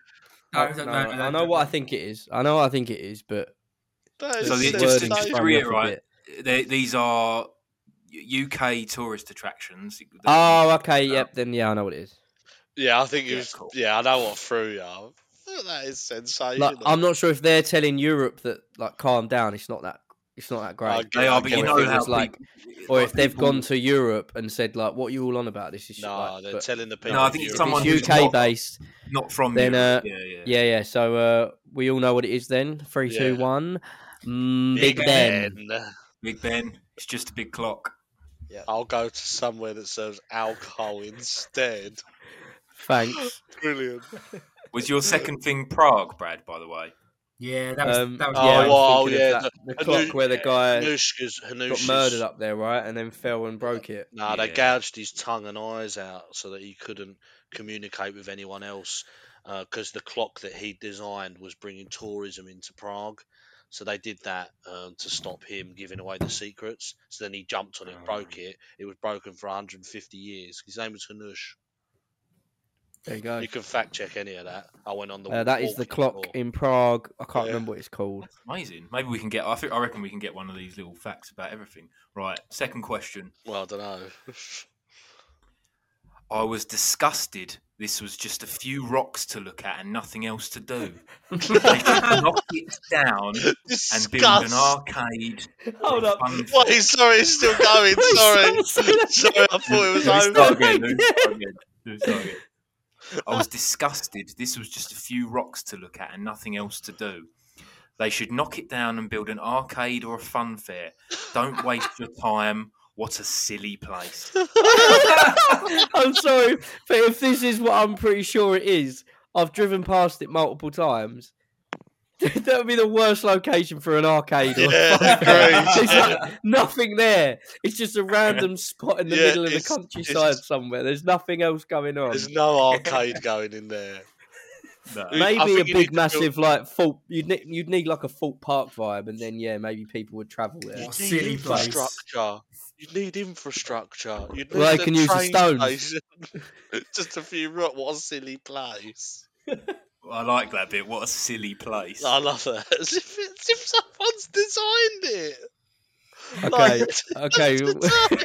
hilarious. No, I- no, no, no, I know no. what I think it is. I know what I think it is, but That is So the it's sensational. just wording's it's thrown me off career, a right? bit. They, these are UK tourist attractions. Oh, okay, yep. Then yeah, I know what it is. Yeah, I think it Yeah, was. cool. Yeah, I know what threw you. That is sensational. Like, I'm not sure if they're telling Europe that like calm down. It's not that. It's not that great. Okay, They are, okay. but you Or know if it how was like- people- or like if they've people- gone to Europe and said like, "What are you all on about? This is shit," No, like, they're but telling the people. I in think it's if Europe. someone who's it's UK not- based, not from Then, uh, Europe. yeah, yeah. yeah, yeah. So uh, we all know what it is. Then three, Yeah. two, one. Mm, Big, Ben. <laughs> Big Ben, it's just a big clock. I'll go to somewhere that serves alcohol instead. Thanks. Brilliant. Was your second thing Prague, Brad? By the way, Yeah, that was, Um, that was Oh, yeah, I yeah. wow. was thinking of yeah, that- the, the clock new- where the guy Hanushka's Uh, got Hanushka's murdered up there, right, and then fell and broke it. No, they Yeah. gouged his tongue and eyes out so that he couldn't communicate with anyone else because the clock that he designed was bringing tourism into Prague. So they did that um, to stop him giving away the secrets. So then he jumped on it, broke it. It was broken for 150 years. His name was Hanush. There you go. You can fact check any of that. I went on the. Uh, that is the walking clock tour. in Prague. I can't Yeah. remember what it's called. amazing. Maybe we can get. I think I reckon we can get one of these little facts about everything. Right. Second question. Well, I don't know. I was disgusted. This was just a few rocks to look at and nothing else to do. They <laughs> <laughs> should knock it down and build an arcade. Hold or a up. fun- Wait, sorry, it's still <laughs> going. Sorry, sorry, I thought it was Let's over. start again, let's start again, let's <laughs> start again. I was disgusted. This was just a few rocks to look at and nothing else to do. They should knock it down and build an arcade or a fun fair. Don't waste your time. What a silly <laughs> place. <laughs> I'm sorry, but if this is what I'm pretty sure it is, I've driven past it multiple times. <laughs> that would be the worst location for an arcade. Or Yeah, <laughs> <laughs> agreed. There's like nothing there. It's just a random spot in the Yeah, middle of the it's- it's- countryside somewhere. There's nothing else going on. There's <laughs> no arcade going in there. No. I Maybe think a you need big, to build- massive like fault. You'd ne- you'd need like a fault park vibe, and then yeah, maybe people would travel there. <laughs> What you need silly place. infrastructure. You need infrastructure. You need Well, they a can use the train stones. station. <laughs> Just a few rock. What a silly place. I like that bit. What a silly place. I love that. <laughs> As if, it's, if someone's designed it. <laughs> Okay, Like, okay. <laughs>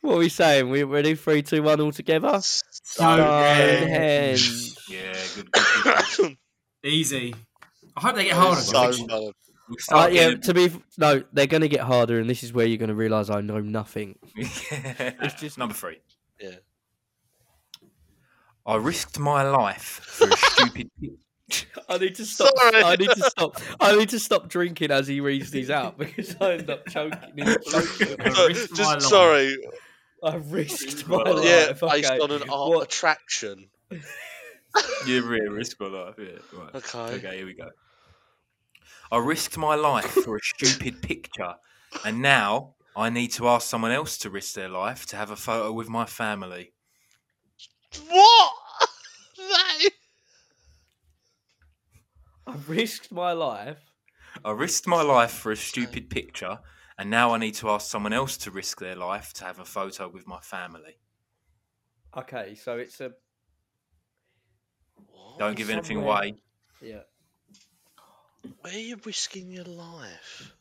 what are we saying? We ready? Three, two, one, all together. so yeah, Stonehenge. Yeah, good. good, good. easy. I hope they get so <laughs> harder. fun. We'll Uh, start yeah, again. to be f- no, they're going to get harder, and this is where you're going to realize I know nothing. <laughs> it's just number three. Yeah. <laughs> I risked my life for a stupid. I need to stop. Sorry. I need to stop. <laughs> I need to stop drinking as he reads these out because I end up choking. and <laughs> choking. I risked my <laughs> life. Just, sorry, I risked my Well, life. yeah, based okay. on an art What- attraction. You really risk my life. Yeah, right. Okay. Okay, here we go. I risked my life for a stupid picture, and now I need to ask someone else to risk their life to have a photo with my family. What? <laughs> that is... I risked my life. I risked my life for a stupid picture, and now I need to ask someone else to risk their life to have a photo with my family. Okay, so it's a Don't give anything Somewhere. away. yeah. Where are you risking your life?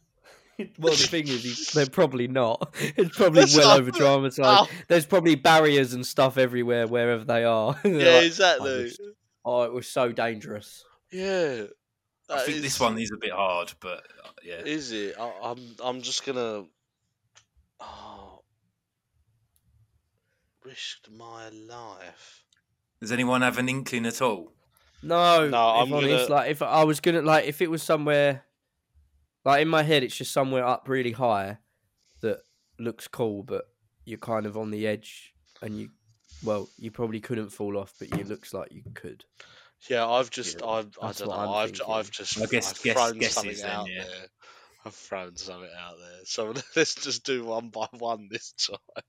Well, the thing is, he- they're probably not. <laughs> It's probably That's well not- over dramatized. <laughs> Oh. There's probably barriers and stuff everywhere, wherever they are. <laughs> They're Yeah, like, exactly. risked- oh, it was so dangerous. Yeah. I that think is- this one is a bit hard, but uh, yeah. Is it? I, I'm. I'm just gonna. Oh, risked my life. Does anyone have an inkling at all? No, No, if I'm honest, gonna- like if I was gonna like if it was somewhere like in my head, it's just somewhere up really high that looks cool, but you're kind of on the edge, and you well, you probably couldn't fall off, but you looks like you could. Yeah, I've just. Yeah, I've. I that's don't know. what I'm I've. j- thinking. I've just. I guess- have guess- thrown guesses something then, out yeah. there. I've thrown something out there. So <laughs> let's just do one by one this time.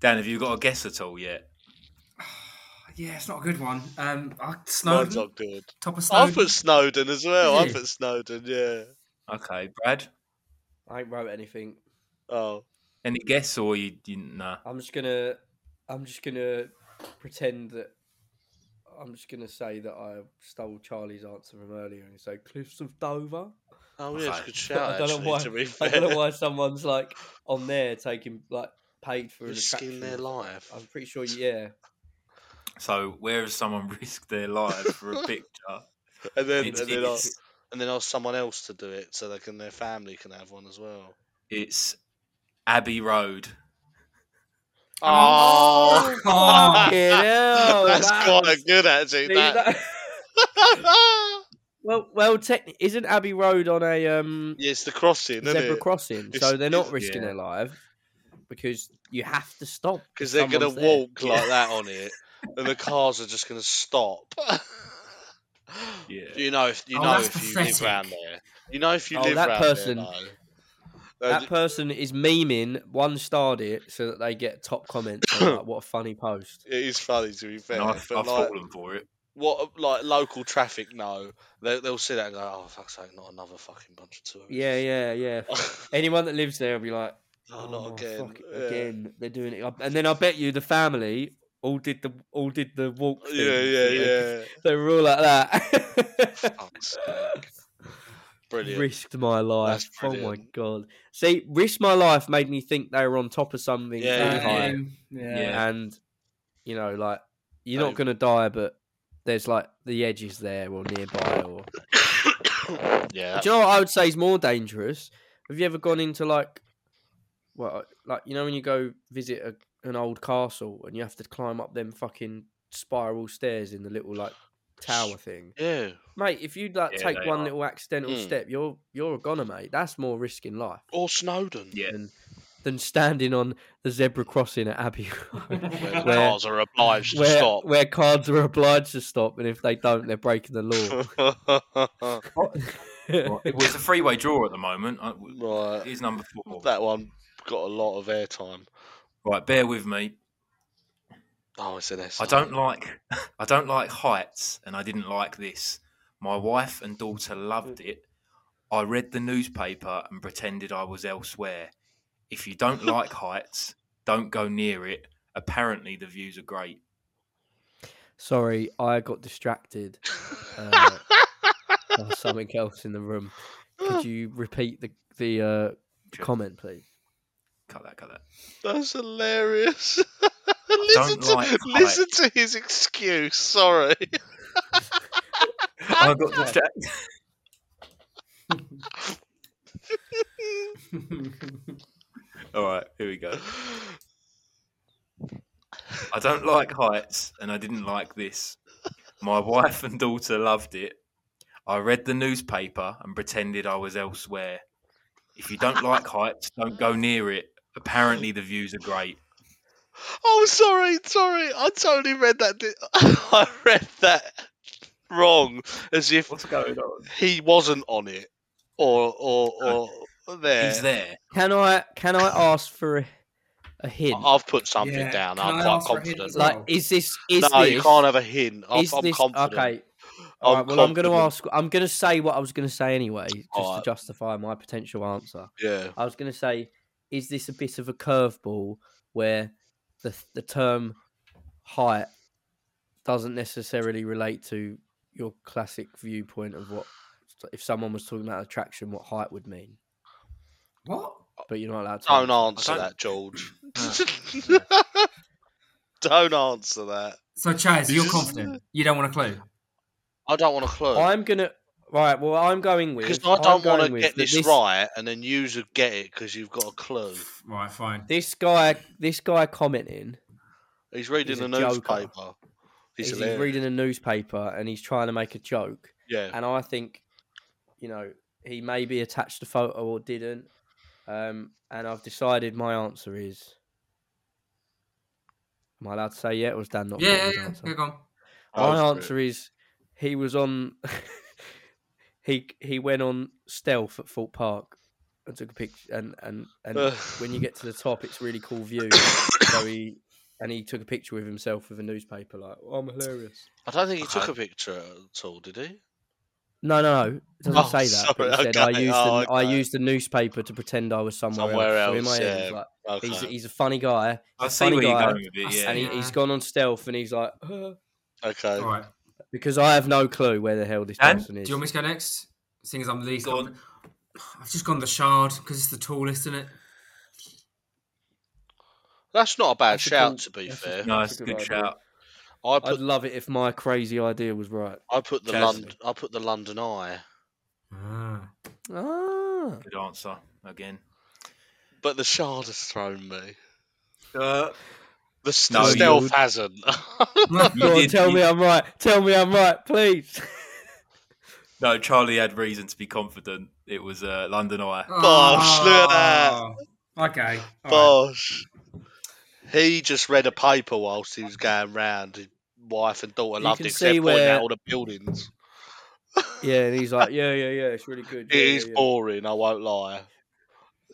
Dan, have you got a guess at all yet? <sighs> Yeah, it's not a good one. Um, I- Mine's Snowden, not good. top of I Snowden. put Snowden as well. I Did you? put Snowden. Yeah. Okay, Brad, I ain't wrote anything. Oh. any guess or you didn't? Nah. I'm just gonna, I'm just gonna pretend that. I'm just gonna say that I stole Charlie's answer from earlier and say Cliffs of Dover. Oh yeah, it's a Okay. good shout. I don't know actually, why- To be I fair. don't <laughs> know why someone's like on there taking like paid for an Risking attraction. their life. I'm pretty sure, yeah. So, where has someone <laughs> risked their life for a <laughs> picture? And then, and it's, then, I'll, it's, and then ask someone else to do it, so they can their family can have one as well. it's Abbey Road. <laughs> Oh, Oh, hell, that's that quite <laughs> was- good actually. See, That. that- <laughs> well, well, techni- isn't Abbey Road on a um, <laughs> yeah, it's the crossing, isn't zebra it? crossing? It's- So they're not it's- risking yeah. their life because you have to stop. Because they're gonna someone's there. walk like that on it, and the cars are just gonna stop. <laughs> Yeah. You know if you Oh, know that's if you live pathetic. around there. You know if you Oh, live that round person- there. though. They That ju- person is memeing. One starred it so that they get top comments. on, like, what a funny post! it is funny to be fair, and I've, but I've like, fallen for it. what like local traffic know, they, they'll see that and go, "Oh fuck's sake, not another fucking bunch of tourists." Yeah, <laughs> yeah, yeah. Anyone that lives there will be like, oh, "Oh, not again. fuck it, Yeah. again, they're doing it." up." And then I bet you the family all did the all did the walk. thing, Yeah, yeah, you know, 'cause yeah. They were all like <laughs> that. Fuck's sake. <laughs> Brilliant. risked my life. That's Oh my brilliant. god! See, risk my life made me think they were on top of something Yeah, really yeah, high, Um, yeah. Yeah. and you know, like you're They- not gonna die, but there's like the edges there or nearby or. yeah. Do you know what I would say is more dangerous? Have you ever gone into like, well, like you know when you go visit a, an old castle and you have to climb up them fucking spiral stairs in the little like tower thing, Yeah. mate? If you like Yeah, take they one are. little accidental Mm. step, you're you're a goner, mate. That's more risk in life Or Snowden. Oh, Yeah. than than standing on the zebra crossing at Abbey <laughs> Road, <laughs> Where the Where- cars are obliged to where stop. where cards are obliged to stop, and if they don't, they're breaking the <laughs> law. Oh. It was a freeway draw at the moment. I- w- <laughs> right. Here's number four. That one got a lot of airtime. Right, bear with me. Oh, it's an S. I don't like <laughs> I don't like heights, and I didn't like this. My wife and daughter loved it. I read the newspaper and pretended I was elsewhere. If you <laughs> don't like heights, don't go near it. Apparently, the views are great. <laughs> Sorry, I got distracted. <laughs> Uh, by something else in the room. <gasps> Could you repeat the the uh, Sure. comment, please? Cut that, cut that. That's hilarious. <laughs> listen don't to like listen to his excuse. Sorry. I got distracted. All right, here we go. I don't like heights, and I didn't like this. My wife and daughter loved it. I read the newspaper and pretended I was elsewhere. If you <laughs> don't like heights, don't go near it. Apparently, the views are great. Oh, sorry, sorry. I totally read that. di- <laughs> I read that wrong, as if What's going on? he wasn't on it, or or or there. He's there. Can I can I ask for a, a hint? I- I've put something Yeah, down. can I'm I quite ask for a hint confident. as well? like, is this is no, this you can't have a hint. I'm, is I'm this confident. okay? I'm All right, well, I'm going to confident. ask. I'm going to say what I was going to say anyway, just All right. to justify my potential answer. Yeah. I was going to say, is this a bit of a curveball where the the term height doesn't necessarily relate to your classic viewpoint of what if someone was talking about attraction, what height would mean? <laughs> What? But you're not allowed to. Don't answer don't- that, <laughs> George. No. <laughs> don't answer that. So Chaz, This you're is- confident. You don't want a clue. I don't want a clue. I'm gonna right. Well, I'm going with because I don't want want to get this, right, and then you get it because you've got a clue. Right, fine. This guy, this guy commenting, He's reading He's the a joker. newspaper. He's, is he's hilarious. reading a newspaper and he's trying to make a joke. Yeah, and I think, you know, he maybe attached a photo or didn't. Um, and I've decided my answer is. Am I allowed to say yet, or is Dan not? Yeah, putting yeah, his yeah. answer? yeah go on. My Go for answer is he was on. <laughs> he he went on stealth at Fort Park and took a picture. And and and <laughs> Uh. when you get to the top, it's really cool view. so he and he took a picture with himself with a newspaper. Like "Oh, I'm hilarious. I don't think he took Okay. a picture at all, did he? No, no, no. It doesn't Oh, say that. but sorry, he said, I okay, used, oh, the, I okay. used the newspaper to pretend I was somewhere, Somewhere else. So in else, my head, he's, yeah, like, Okay. he's, he's a funny guy, I a see funny where you're guy, going with it. and Yeah. he, he's gone on stealth, and he's like, "Uh," okay. All right. because I have no clue where the hell this Dan, person Do is. you want me to go next? Seeing as I'm the least. Go on. confident- I've just gone the shard because it's the tallest, <laughs> isn't it? That's not a bad That's a shout, cool- to be that's a- fair. No, it's a That's good a good idea. shout. I I'd put love it if my crazy idea was right. I put the Chaz. London I put the London Eye, Ah. Ah, Good answer again. but the shard has thrown me. Uh, The s- No, the you- stealth hasn't. <laughs> You Go on, did- tell you- me I'm right. Tell me I'm right, please. <laughs> no, Charlie had reason to be confident. It was uh, London Eye. Bosh, look at that. that. Ah. Okay. all right. Bosh. He just read a paper whilst he was going round. His wife and daughter You loved can it. 'cause They're see pointing where- out all the buildings. yeah, and he's like, yeah, yeah, yeah. It's really good. It yeah, is yeah, yeah." boring. I won't lie.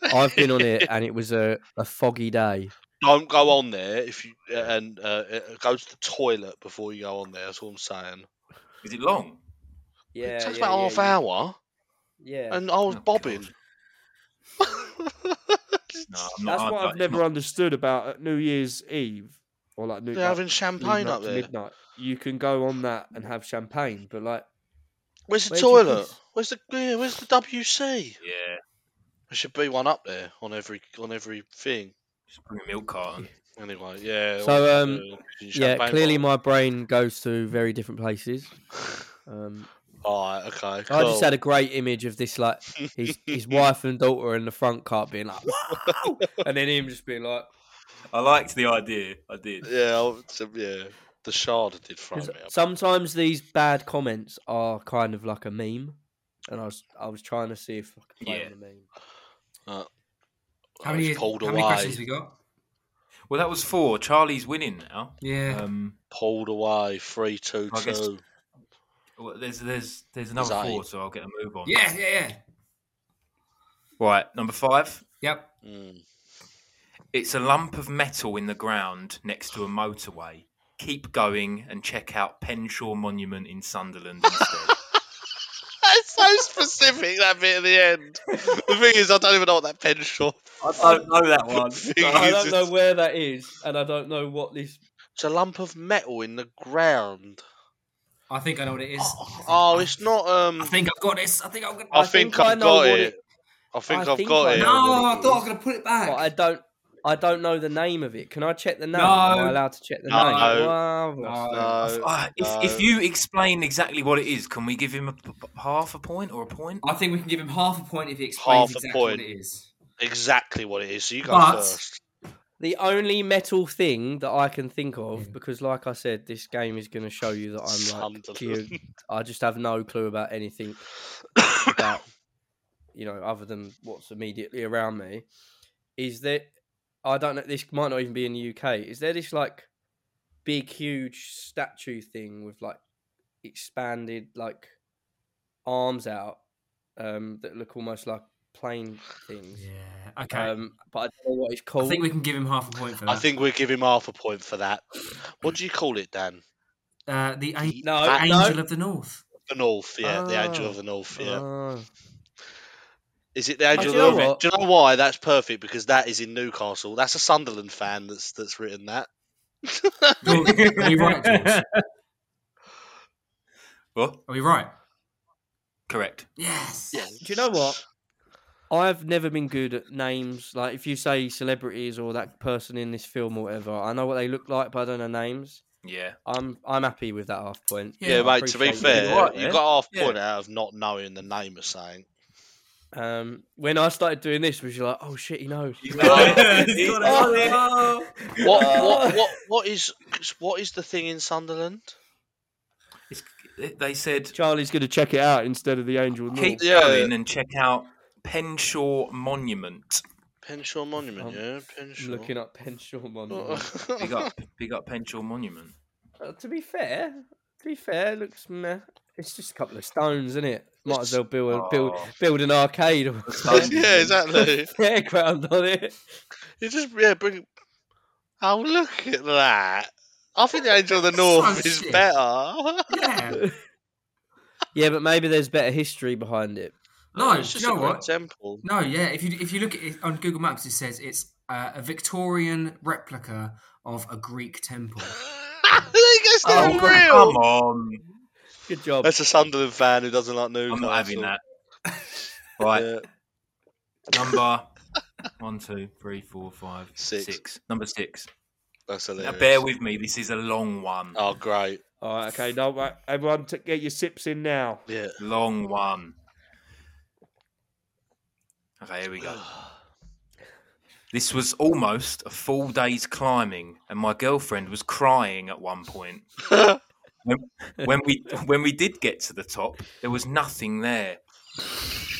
I've been on <laughs> it, and it was a, a foggy day. Don't go on there if you and uh, uh, go to the toilet before you go on there. That's all I'm saying. Is it long? Yeah, it takes yeah, about yeah, half yeah. hour, Yeah. and I was Oh, bobbing. <laughs> No, I'm not, That's I'm what not- I've never understood about at New Year's Eve or like New They're having champagne midnight up to there. midnight. You can go on that and have champagne, but like Where's the Where'd you toilet? piss? Where's the yeah, where's the WC? Yeah, There should be one up there on every on every thing. just bring a milk carton. Anyway, yeah. So, all- um, uh, yeah, champagne clearly bottle. my brain goes to very different <laughs> places. Um, Alright, oh, okay. I just cool. had a great image of this like his <laughs> his wife and daughter in the front cart being like wow, and then him just being like. I liked the idea. I did. Yeah, I was- yeah. The shard did throw me 'Cause up. Sometimes these bad comments are kind of like a meme, and I was I was trying to see if I could play Yeah. on the <laughs> meme. How I was many, how pulled many away. questions we got? Well, that was four. Charlie's winning now. Uh, Yeah. Um, Pulled away, three, two, I guess- two. well, there's there's there's another There's eight. four, so I'll get a move on. yeah, yeah, yeah. Right, number five. Yep. <laughs> Mm. It's a lump of metal in the ground next to a motorway. Keep going and check out Penshaw Monument in Sunderland instead. That's so specific. That bit at the end. the thing is, I don't even know what that pen shop. <laughs> I don't know that one. Thing I is, don't know it's- where that is, and I don't know what this It's a lump of metal in the ground. I think I know what it is. Oh, <gasps> oh, it's not. Um, I think I've got this. I think I've got. I I think, think I I've know got what it. it- I think I I've think got I it. know no, what I it thought I is. was gonna put it back. But I don't. I don't know the name of it. Can I check the name? No. Am I allowed to check the No. name? No. Wow. No. No, <laughs> Ah, if, if you explain exactly what it is, can we give him a p- p- half a point or a point? I think we can give him half a point if he explains Half a exactly point. what it is. exactly what it is. So you go But- first. The only metal thing that I can think of, Yeah. because like I said, this game is going to show you that I'm like, Sunderland. <laughs> geo- I just have no clue about anything <laughs> about, you know, other than what's immediately around me. Is that I don't know. This might not even be in the UK. Is there this like big, huge statue thing with like expanded like arms out um, that look almost like plane things? Yeah. Okay. Um, but I don't know what it's I called. think we can give him half a point for that. I think we'll give him half a point for that. What do you call it, Dan? uh, the an- No, That- no. angel of the north. The North, yeah, the Angel Oh. of the North, yeah. Oh. Is it the Angel of do the you know North? what? Do you know why? That's perfect because that is in Newcastle. That's a Sunderland fan that's that's written that. George, are we <laughs> right, George? Are What? we right? Correct. Yes. Yeah. Do you know what? I've never been good at names. Like if you say celebrities or that person in this film or whatever, I know what they look like, but I don't know names. Yeah. I'm I'm happy with that half point. Yeah, Yeah, I mate. To be appreciate you. fair, right you there. got half Yeah. point out of not knowing the name of saying. Um, when I started doing this, was you like, oh shit, he knows. <laughs> What, Uh, <laughs> what what what is what is the thing in Sunderland? It's- They said Charlie's gonna check it out instead of the angel. of the keep North. Yeah. going and check out Penshaw Monument. Penshaw Monument, Um, yeah, I'm Penshaw. <laughs> looking up Penshaw Monument. Big up, big up Penshaw Monument. Uh, to be fair, to be fair, it looks meh. It's just a couple of stones, isn't it? Might as well build a, build Oh. build an arcade or <laughs> <laughs> yeah, exactly. <laughs> fairground on it. You just yeah bring. Oh look at that! I think the Angel of the North So is shit. better. <laughs> Yeah. Yeah, but maybe there's better history behind it. <laughs> No, it's do just you know a great what? temple. <laughs> No, yeah. If you if you look at it on Google Maps, it says it's uh, a Victorian replica of a Greek <laughs> temple. <laughs> That's Oh, God, not Come real. on, Good job. That's a Sunderland fan who doesn't like Newcastle. I'm not having <laughs> that. Right, Yeah. number one, two, three, four, five, Six. Number six. That's hilarious. Now bear with me. This is a long one. Oh great! All right, okay. No, right, everyone, t- get your sips in <laughs> now. Yeah. Long one. Okay, here we go. This was almost a full day's climbing, and my girlfriend was crying at one point. when we when we did get to the top, there was nothing there.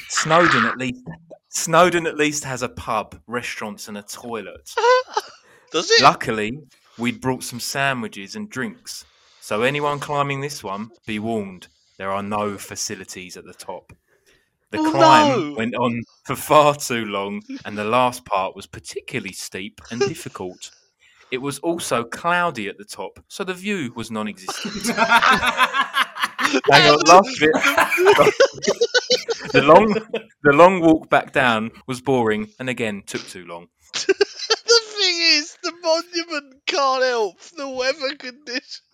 Snowden at least Snowden at least has a pub, restaurants, and a toilet. Does it? Luckily, we'd brought some sandwiches and drinks. So anyone climbing this one, be warned, there are no facilities at the top. The Oh, climb no. went on for far too long, and the last part was particularly steep <laughs> and difficult. It was also cloudy at the top, so the view was non <laughs> existent. I got lost bit. the long the long walk back down was boring and again took too long. <laughs> the thing is, the monument can't help the weather condition.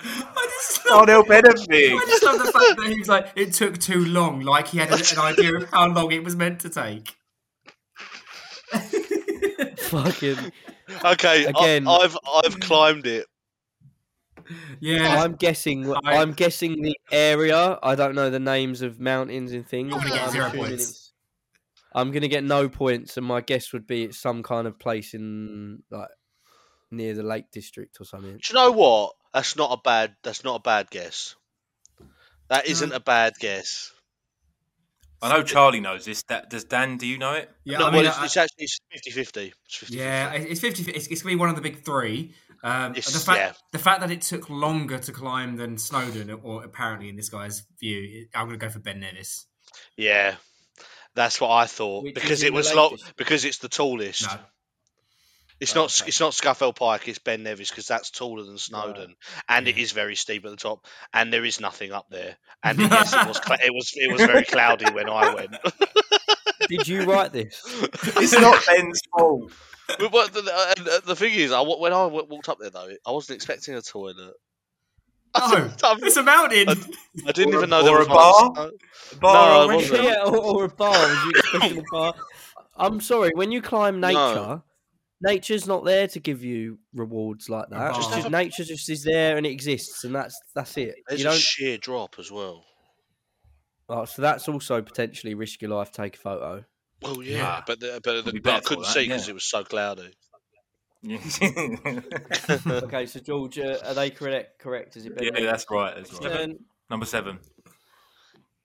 I just love, Can't help anything. I just love the fact that he was like, it took too long. Like he had an, an idea of how long it was meant to take. <laughs> Fucking. Okay, Again. I, I've I've climbed it. Yeah. I'm guessing. wh- I- I'm guessing the area. I don't know the names of mountains and things. I'm gonna but get I'm zero assuming points. it's- I'm gonna get no points, and my guess would be it's some kind of place in like near the Lake District or something. Do you know what? That's not a bad. That's not a bad guess. That isn't a bad guess. I know Charlie knows this. That does Dan? Do you know it? Yeah, no, I well, mean, it's, I- it's actually it's 50-50. It's 50-50. yeah, it- it's fifty. It's, it's gonna be one of the big three. Um, Yes, the fact yeah. the fact that it took longer to climb than Snowden, or apparently in this guy's view, I'm gonna go for Ben Nevis. Yeah, that's what I thought Which is because in it the was Lake lo- District. because it's the tallest. No, It's Oh, not okay. it's not Scuffell Pike. It's Ben Nevis because that's taller than Snowden, and it is very steep at the top, and there is nothing up there. And yes, it <laughs> was cl- it was it was very cloudy when I went. Did <laughs> you write this? It's not Ben's fault. But, but the, uh, the, the thing is, I, wa- when I wa- walked up there though, I wasn't expecting a toilet. <laughs> no, it's a mountain. I Or didn't a- even know there or was a bar? one. No, I Bar wasn't. yeah, or, or a bar? Was you <laughs> expecting a bar? I'm sorry. When you climb No. nature, nature's not there to give you rewards like that. It's bar. just nature just is there and it exists, and that's that's it. There's you a don't. sheer drop as well. Oh, so that's also potentially risk your life. Take a photo. Well, yeah, Yeah. but the, but, the, be but I better for couldn't that, see because yeah. <laughs> it was so cloudy. yeah, <laughs> okay, so George, uh, are they correct? Correct? Is it Ben? that's right. That's right. Turn- Number seven.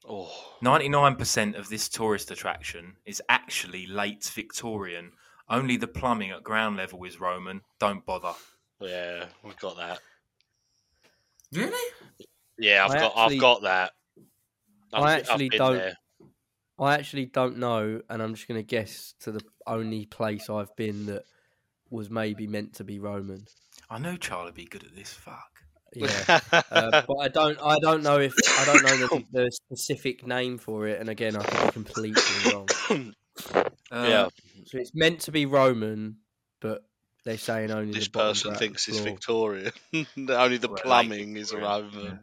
Oh, 99% of this tourist attraction is actually late Victorian. Only the plumbing at ground level is Roman. Don't bother. yeah, we've got that. Really? Yeah, I've I got, actually- I've got that. I've, I I've actually been don't- there. I actually don't know, and I'm just going to guess to the only place I've been that was maybe meant to be <laughs> Roman. I know Charlie be good at this. Fuck. Yeah. <laughs> Uh, but I don't, I don't know if I don't know the, the specific name for it, and again, I could be completely wrong. Uh, yeah, So it's meant to be Roman, but they're saying only this the bottom person gra- thinks it's floor. Victorian. <laughs> Only the Well, like plumbing is Victorian, Roman.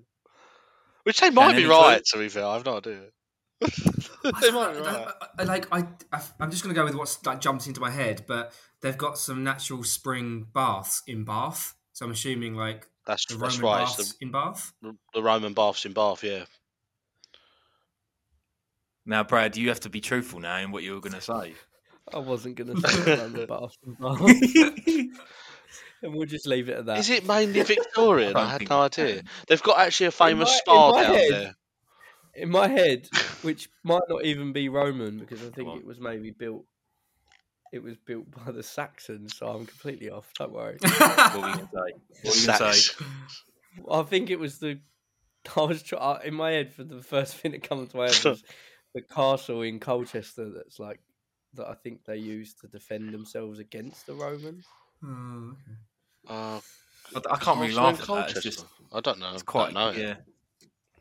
Which they might And be any right, to be fair. I've no idea. <laughs> they I, might be I- right. I- I- like I, I, I'm just gonna go with what's like jumped into my head, but they've got some natural spring baths in Bath, so I'm assuming like That's, the that's Roman right. baths It's in <laughs> Bath. the, the Roman baths in Bath, yeah. Now, Brad, you have to be truthful now in what you were going to say. I wasn't <laughs> going to say London <laughs> Bath and Bath, <laughs> and we'll just leave it at that. Is it mainly Victorian? don't I had think no idea. They've got actually a famous my- in spa my down head. there. in my head, which might not even be Roman because I think on. it was maybe built. It was built by the Saxons, so I'm completely off. Don't worry. what were you going to say? What were you going to say? Sax. I think it was the. <laughs> I was try- I- in my head for the first thing that comes to my head was the castle in Colchester that's like that. I think they used to defend themselves against the Romans. Hmm. Uh, I, I can't really Castle in laugh at that. It's just Colchester. I don't know. it's quite. Don't know. yeah.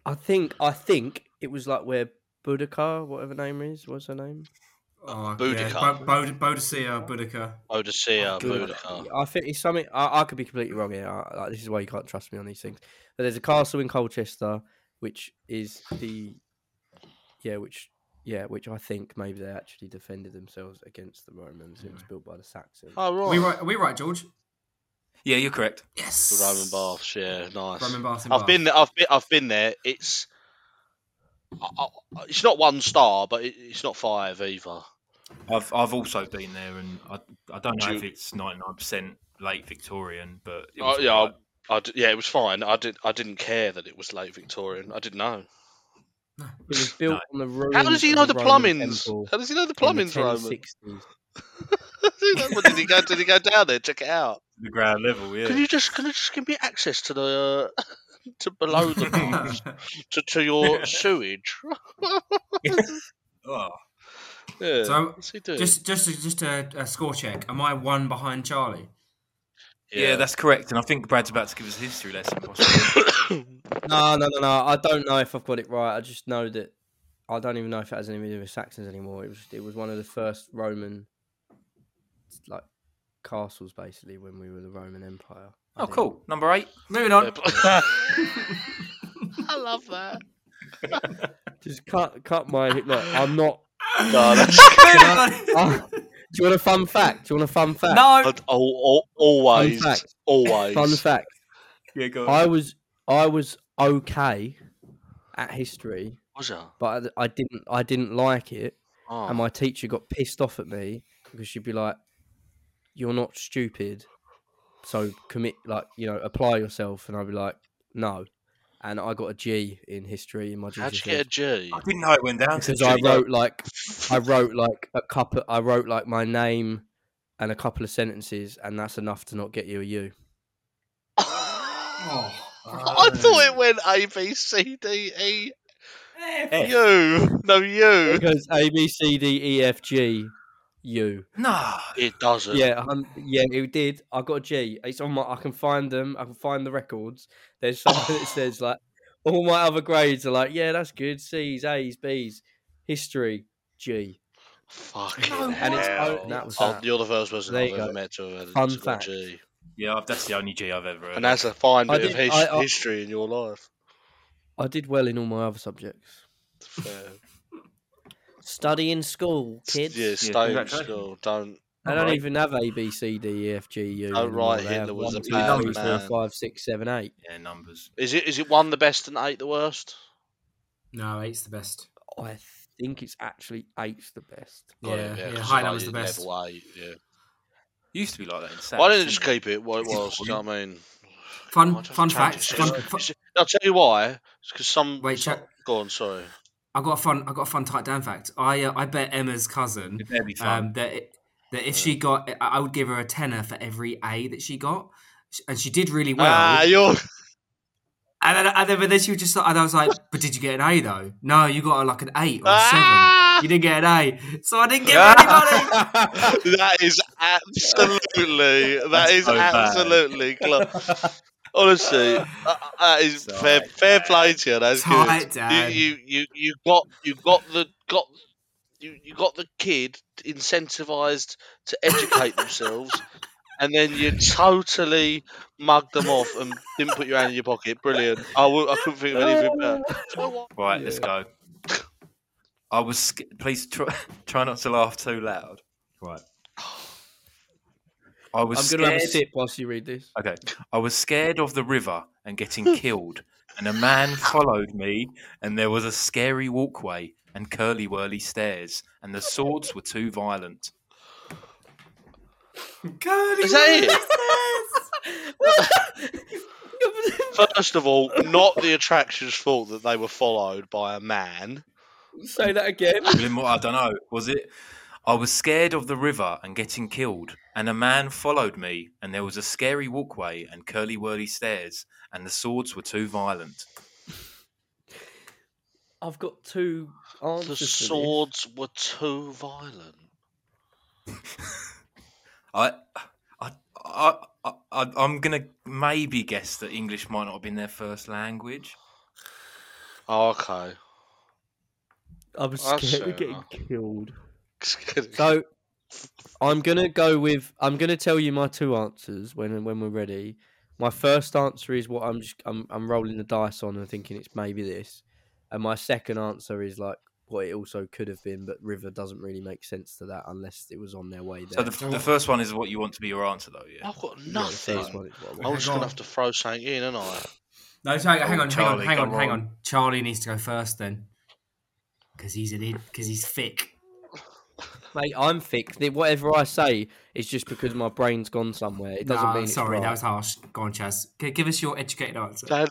I think. I think it was like where Boudicca, whatever name is, what's her name? <laughs> Oh, Boudica. Yeah. Bo- Bo- Boudicca, Boudica. Odissea, Good. Boudica. I think it's something. I, I could be completely wrong here. I, like, this is why you can't trust me on these things. But there's a castle in Colchester, which is the, yeah, which yeah, which I think maybe they actually defended themselves against the Romans. It was built by the Saxons. Oh, right. Are we right? Are we right, George? yeah, you're correct. Yes. The Roman baths, yeah, nice. Roman baths in I've Bath. been there. I've been. I've been there. It's. I- I- It's not one star, but it- it's not five either. I've I've also been there, and I I don't know Do you- if it's 99 percent late Victorian, but it Oh, was yeah, alright. I, I d- yeah, it was fine. I did. I didn't care that it was late Victorian. I didn't know. It was built No. on the ruins. How does he of know a the Roman plumbing's? temple How does he know <laughs> the in the plumbing's Roman? 1060s. What did <laughs> he go? Did he go down there? Check it out. the ground level. Yeah. Can you just can you just give me access to the uh, <laughs> to below <laughs> the baths, to to your sewage? Oh, Yeah. So, What's he doing? just, just, just a, a score check. Am I one behind <laughs> Charlie? yeah. <coughs> that's correct. And I think Brad's about to give us a history lesson. Possibly. No, no, no, no. I don't know if I've got it right. I just know that I don't even know if it has anything to do with Saxons anymore. It was it was one of the first Roman like castles, basically, when we were the Roman Empire. I oh, think. cool. Number eight. Moving on. <laughs> Yeah, but- I love that. Just cut cut my look. I'm not. <laughs> <laughs> No, that's <laughs> Moving on. Ah, do you want a fun fact? Do you want a fun fact? no. But al- al- always, Fun fact. always. Fun fact. Yeah, go. I was I was okay at history, Was ya? but I I didn't I didn't like it. Oh. and my teacher got pissed off at me because she'd be like, "You're not stupid, so commit, like you know, apply yourself." And I'd be like, "No," and I got a G in history in my How'd you GCSEs get a G? I didn't know it went down to because I G. wrote like I <laughs> wrote like a couple, I wrote like my name and a couple of sentences, and that's enough to not get you a <laughs> U. I Oh, thought it went A B C D E F. F. U. No, you. Because A B C D E F G U. No. It doesn't. Yeah, um, yeah, it did. I got a G. It's on my. I can find them. I can find the records. There's something <laughs> that says like all my other grades are like, yeah, that's good. C's, A's, B's, history, G. Fucking No, And it's- hell. oh, that was Oh, that. You're the first person There I've you ever go. met to have had Fun to got fact. a G. Yeah, I've- that's the only G I've ever. And heard. that's a fine I bit of did- his- I- I- history in your life. I did well in all my other subjects. Fair. Study in school, kids. Yeah, stay in congratulations. school. Don't. I don't Alright. even have A, B, C, D, E, F, G, U. Oh, anymore. right, They have Hitler was one, a two, bad three, four, man. five, six, seven, eight. Yeah, numbers. Is it? Is it one the best and eight the worst? No, eight's the best. I think it's actually eight's the best. Got it, Yeah, yeah, because high I number's the did best. Level eight. Yeah. Used to be like that in South. Why didn't they just didn't keep it what it was? Do you know what I mean? Fun- Why do they fun change fact, it? It's fun- just- fun- it's just- I'll tell you why. Because some. Wait, some- check. Go on, sorry. I got a fun. I got a fun tight down fact. I uh, I bet Emma's cousin they? It'd be fun. um, that it, that if she got, I I would give her a tenner for every A that she got, Sh- and she did really well. ah, you're. and, then, and then but then she was just like, and I was like, but did you get an A though? No, you got like an eight or a seven. Ah, You didn't get an A, so I didn't <laughs> give her any money. that is absolutely. That That's is so bad. absolutely. Cl- Honestly, uh, that is fair, fair play to you. That's good. Tight you, down. you, you, you got you got the got you, you got the kid incentivized to educate themselves and then you totally mugged them off and didn't put your hand in your pocket brilliant i, w- I couldn't think of anything better Do you know what? Right, let's go. I was. sca- Please try, <laughs> try not to laugh too loud. Right. I was I'm scared. gonna have a sip whilst you read this. Okay. I was scared of the river and getting <laughs> killed, and a man followed me, and there was a scary walkway and curly whirly stairs, and the swords were too violent. Curly Is that it? it? first of all not the attraction's fault that they were followed by a man Say that again. Lin- I don't know. Was it? I was scared of the river and getting killed, and a man followed me, and there was a scary walkway and curly whirly stairs, and the swords were too violent. I've got two the answers. to this. swords were too violent I, I, I, I, I I'm gonna maybe guess that English might not have been their first language. oh, okay <laughs> I was I'll scared say of getting that. killed. So I'm gonna go with I'm gonna tell you my two answers when when we're ready. My first answer is what I'm just I'm I'm rolling the dice on and thinking it's maybe this, and my second answer is like what it also could have been, but River doesn't really make sense to that unless it was on their way So there. the, the first one is what you want to be your answer, though. Yeah. i've got Yeah, the first nothing one is what I i'm want. just Hang gonna on. have to throw something in and i No, sorry, hang Oh, on, Charlie, hang on, hang go on, hang on. on. Charlie needs to go first then, because he's an because he's thick. Mate, I'm thick. The- Whatever I say is just because my brain's gone somewhere. It doesn't Nah, mean it's sorry, right. that was harsh. Go on, Chaz. G- give us your educated answer. Dan,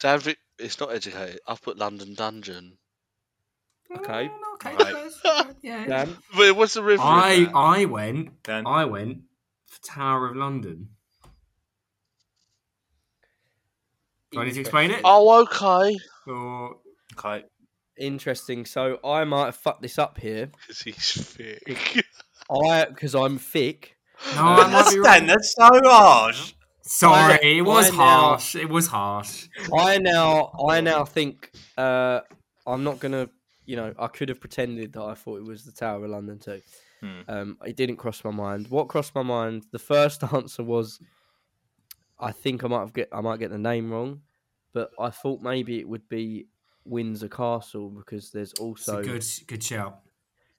Dan Vic, it's not educated. I've put London Dungeon. Okay. Mm, okay. Right. that's- yeah. Dan? Wait, what's the river? I I went Dan? I went for Tower of London. Do I need to explain it? Oh, okay. <laughs> Or Okay. Interesting. So I might have fucked this up here. Because he's <laughs> thick. I because I'm thick. no, I might be wrong. Uh, that's so harsh. Sorry, it was I now- harsh. It was harsh. I now I now think uh, I'm not gonna. You know, I could have pretended that I thought it was the Tower of London too. Hmm. Um, it didn't cross my mind. What crossed my mind? The first <laughs> answer was, I think I might have get I might get the name wrong, but I thought maybe it would be Windsor Castle because there's It's also a good good shout.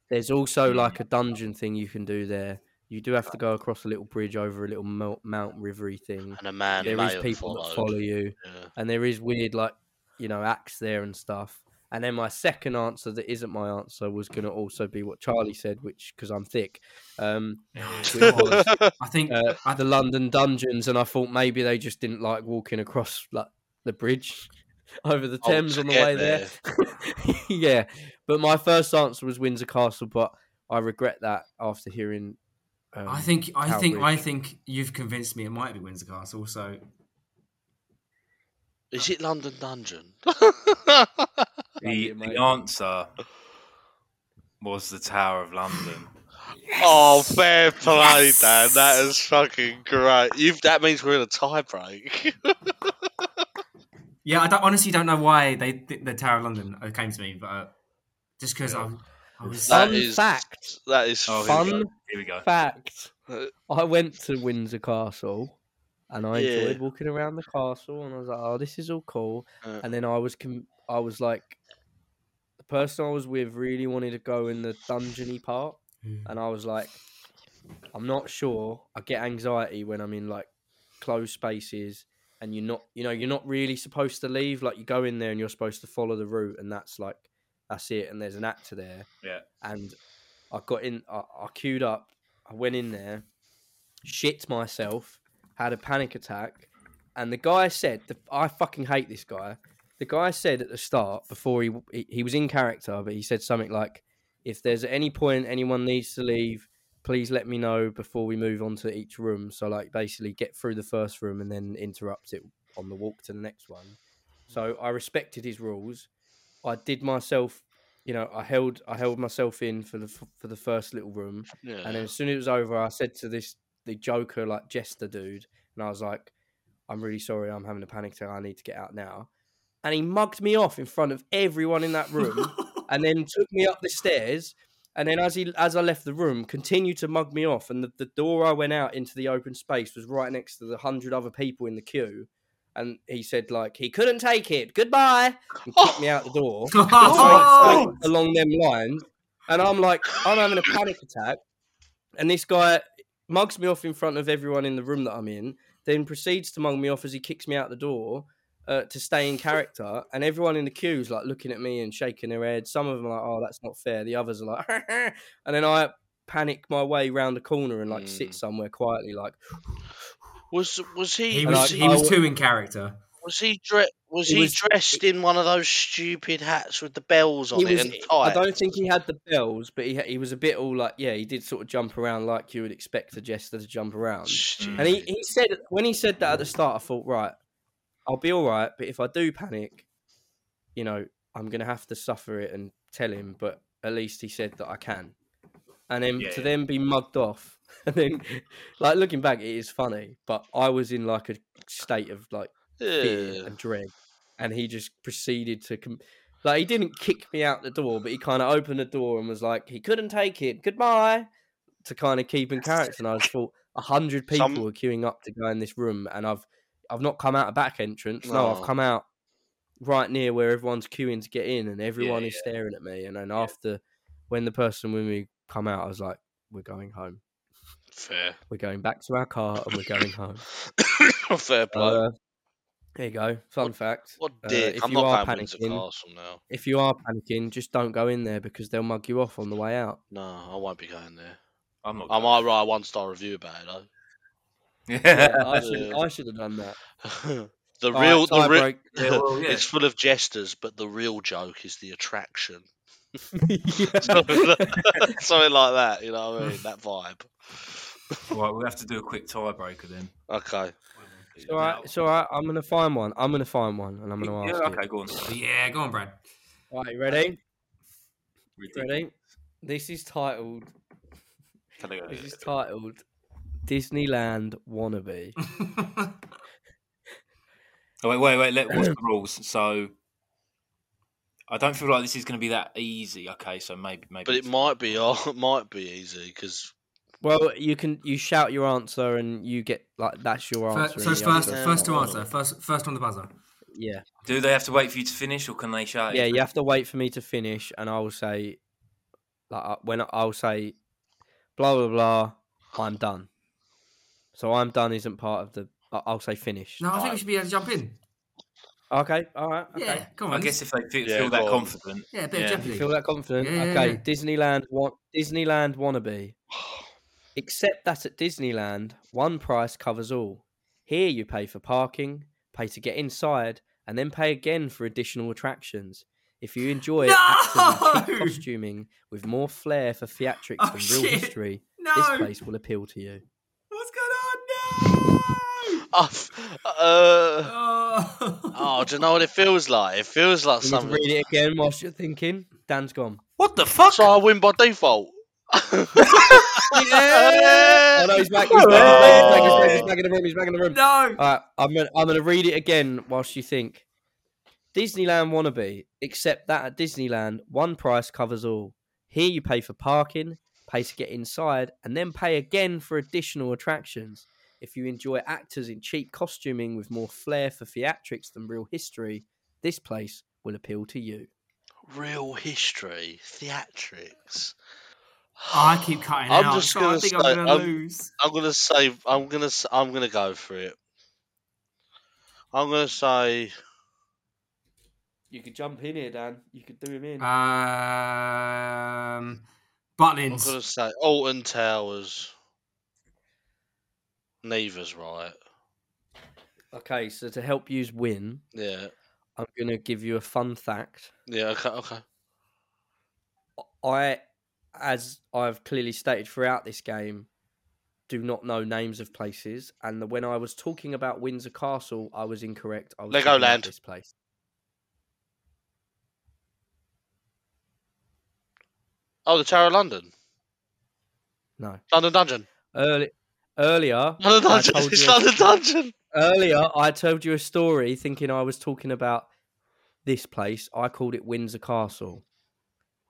There's also Mm. like a dungeon thing you can do there. You do have to go across a little bridge over a little mount, mount rivery thing. And a man There may is have people followed. that follow you, Yeah. and there is weird like you know acts there and stuff. And then my second answer that isn't my answer was going to also be what Charlie said, which because I'm thick, um, It Which was. I think uh, I- the London dungeons, and I thought maybe they just didn't like walking across like the bridge <laughs> over the Oh, Thames to on the get way there. <laughs> yeah, but my first answer was Windsor Castle, but I regret that after hearing. Um, I think I Tower think Bridge. I think you've convinced me it might be Windsor Castle. So <laughs> Is it London Dungeon? <laughs> The, London, the mate. answer was the Tower of London. Oh, fair play, Yes! Dan. That is fucking great. You've that means we're in a tie <laughs> break. yeah, I don't, honestly don't know why they th- the Tower of London uh, came to me, but uh, just because I, I was That That <laughs> Fun is- fact. that is Oh, here we Fun go. Here we go. fact: Uh, I went to Windsor Castle, and I enjoyed Yeah. walking around the castle, and I was like, "Oh, this is all cool." Uh. and then I was, com- I was like, the person I was with really wanted to go in the dungeony part, and I was like, I'm not sure. I get anxiety when I'm in like closed spaces and you're not, you know, you're not really supposed to leave. Like you go in there and you're supposed to follow the route, and that's like, that's it. And there's an actor there. Yeah. And I got in, I, I queued up, I went in there, shit myself, had a panic attack, and the guy said, the, "I fucking hate this guy." The guy said at the start before he, he he was in character, but he said something like, "If there's at any point anyone needs to leave, please let me know before we move on to each room." So like basically get through the first room and then interrupt it on the walk to the next one. So I respected his rules. I did myself, you know, I held I held myself in for the for the first little room, Yeah. and then as soon as it was over, I said to this the Joker like jester dude, and I was like, "I'm really sorry, I'm having a panic attack. I need to get out now." And he mugged me off in front of everyone in that <laughs> room, and then took me up the stairs. And then as he as I left the room, continued to mug me off. And the, the door I went out into the open space was right next to the hundred other people in the queue. And he said like he couldn't take it. Goodbye. And Oh, kicked me out the door Oh! along them lines. And I'm like, I'm having a panic attack. And this guy mugs me off in front of everyone in the room that I'm in, then proceeds to mug me off as he kicks me out the door uh, to stay in character. And everyone in the queue's like looking at me and shaking their head. Some of them are like, oh, that's not fair. The others are like, <laughs> and then I panic my way round the corner and like Hmm. sit somewhere quietly, like, was was he, He And was like, he was I- too in character. was he dre- was It he was- dressed in one of those stupid hats with the bells on He it was- and I tights? don't think he had the bells, but he he was a bit all like, yeah, he did sort of jump around like you would expect a jester to jump around. Stupid. Um, And he, he said when he said that at the start, I thought, right, I'll be all right, but if I do panic, you know, I'm gonna have to suffer it and tell him. But at least he said that I can. And then Yeah, to yeah. then be mugged off, <laughs> and then like looking back, it is funny. But I was in like a state of like fear <laughs> Yeah. and dread, and he just proceeded to com- like he didn't kick me out the door, but he kind of opened the door and was like, he couldn't take it. Goodbye. To kind of keep in character, and I just thought a hundred people Some- were queuing up to go in this room, and I've I've not come out a back entrance. No, I've No. come out right near where everyone's queuing to get in, and everyone is yeah. staring at me. And then after, when the person with me come out, I was like, "We're going home. Fair. <coughs> We're going back to our car, and we're going home." Fair play. Uh, there you go. Fun fact. what uh, dick? if I'm you not are going Windsor panicking- Castle now. If you are panicking, just don't go in there because they'll mug you off on the way out. No, I won't be going there. I'm not. I might write a one star review about it though. <laughs> Yeah, I should Yeah. I should have done that. <laughs> the All right, real, the tie real, break. Yeah, <laughs> well, yeah. it's full of jesters, but the real joke is the attraction. <laughs> Yeah. Something like that, you know what I mean? That vibe. right, we'll have to do a quick tiebreaker then. Okay. It's all right. It's all right. I'm gonna find one. I'm gonna find one, and I'm Yeah, gonna ask you. okay, go on. Yeah, go on, Brad. <laughs> All right, you ready? Ridiculous. Ready? This is titled. Can I go? This is titled Disneyland wannabe. Oh, wait, wait, wait. Let, <clears throat> what's the rules? So, I don't feel like this is going to be that easy. Okay, so maybe, maybe. But it it's- might be oh, <laughs> it might be easy <laughs> because Well, you can you shout your answer and you get like that's your Fir- answer. so and it's the other person- Yeah. first first to answer, first first on the buzzer. Yeah, Do they have to wait for you to finish, or can they shout? it? yeah. You have to wait for me to finish, and I will say, like I- when I- I'll say, blah blah blah, I'm done. So I'm done isn't part of the. I- I'll say finish. No, I think we should be able to jump in. Okay, all right. Okay. Yeah, come I on. guess if they feel, Yeah, feel go that on. confident, yeah, a bit yeah. of You jeopardy. feel that confident? Yeah, yeah, okay, yeah. Disneyland want Disneyland wannabe. <sighs> Except that at Disneyland, one price covers all. Here you pay for parking, pay to get inside, and then pay again for additional attractions. If you enjoy acts and cheap No! costuming with more flair for theatrics Oh, and real shit. history, No, this place will appeal to you. what's going on? No. I've- uh, Oh. oh, do you know what it feels like? It feels like You need to something. read it again whilst you're thinking. Dan's <laughs> gone. what the fuck? So I win by default. Oh <laughs> no, he's <laughs> back. He's back. He's back. He's back. He's back. He's Oh. back in the room. He's back in the room. <laughs> no. All right, I'm gonna, I'm gonna read it again whilst you think. Disneyland wannabe, except that at Disneyland, one price covers all. Here you pay for parking, pay to get inside, and then pay again for additional attractions. If you enjoy actors in cheap costuming with more flair for theatrics than real history, this place will appeal to you. Real history, theatrics. I keep cutting I'm out. just so I gonna think say- um, I'm gonna I'm- lose. I'm gonna say. I'm gonna. s- I'm gonna go for it. I'm gonna say. You could jump in here, Dan. You could do him in. Um, I'm Butlins. gonna say Alton Towers. Neither's right. Okay, so to help you win, Yeah. I'm going to give you a fun fact. Yeah. Okay. Okay. I, as I've clearly stated throughout this game, do not know names of places. And the- when I was talking about Windsor Castle, I was incorrect. I was talking about Legoland. This place. Oh, the Tower of London. No. London Dungeon. <laughs> Early, earlier, London I Dungeon. told It's you- London Dungeon. earlier, I told you a story thinking I was talking about this place. I called it Windsor Castle.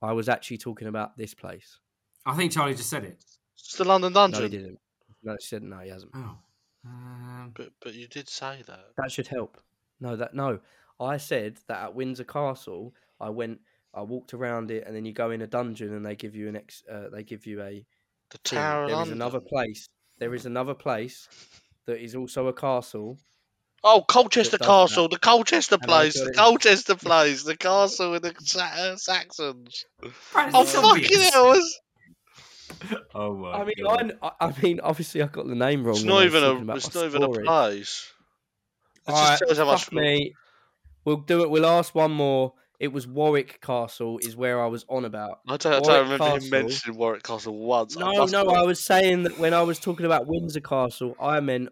I was actually talking about this place. I think Charlie just said it. It's the London No, he Dungeon. didn't. No, he said no. He hasn't. Oh. Um, but but you did say that. That should help. No, that no. I said that at Windsor Castle, I went, I walked around it, and then you go in a dungeon, and they give you an ex, uh, they give you a. The thing. Tower There of is London. another place. There is another place that is also a castle. Oh, Colchester that does that. Castle, the Colchester I place, got the it. Colchester place, the castle with the Sa- uh, Saxons. Brad, Oh, it's fucking obvious. hell. It's, Oh my! I mean, I, kn- I, I mean, obviously, I got the name wrong. it's when I not was even talking a, about it's my not even a story. place. It just Alright, tells how much Fuck me. We'll do it. We'll ask one more. It was Warwick Castle, is where I was on about. I don't, I don't Warwick remember Castle. him mentioning Warwick Castle once. I No, must no, have- I was saying that when I was talking about Windsor Castle, I meant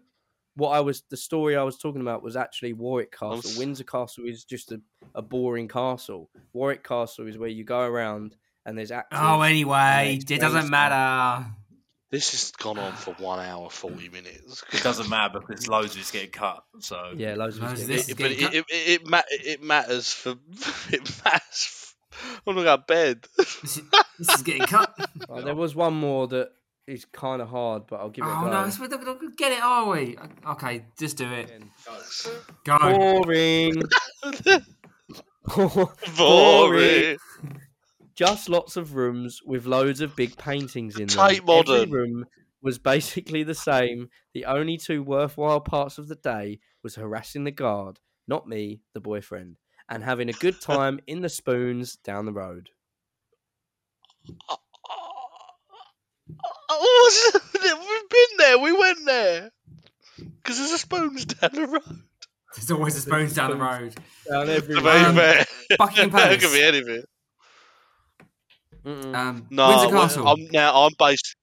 what I was the story I was talking about was actually Warwick Castle. s- Windsor Castle is just a, a boring castle. Warwick Castle is where you go around and there's actors. Oh, anyway, Explains it that. doesn't matter. This has gone on for one hour, 40 minutes. it doesn't matter because loads of it's getting cut. So yeah, loads of us Loads get of this it. it, but getting it, cut. it, it, it, ma- it matters for. <laughs> It matters. For, I'm not at <laughs> bed. This is, this is <laughs> getting cut. Oh, There was one more that is kind of hard, but I'll give it oh a go. no, it's, we're not gonna get it, are we? Okay, just do it. Oh. Go. Boring. <laughs> <laughs> Boring. just lots of rooms with loads of big paintings in them. Tate Modern. Every room was basically the same. The only two worthwhile parts of the day was harassing the guard, not me, the boyfriend, and having a good time in the spoons down the road. Oh, what's- We've been there. We went there. Because there's a spoons down the road. There's always the spoons down the road. Down every To road. be Um, fair. <laughs> Buckingham That could Palace. be anything. Mm-mm. Um, No, Windsor well, Castle. I'm now. I'm based.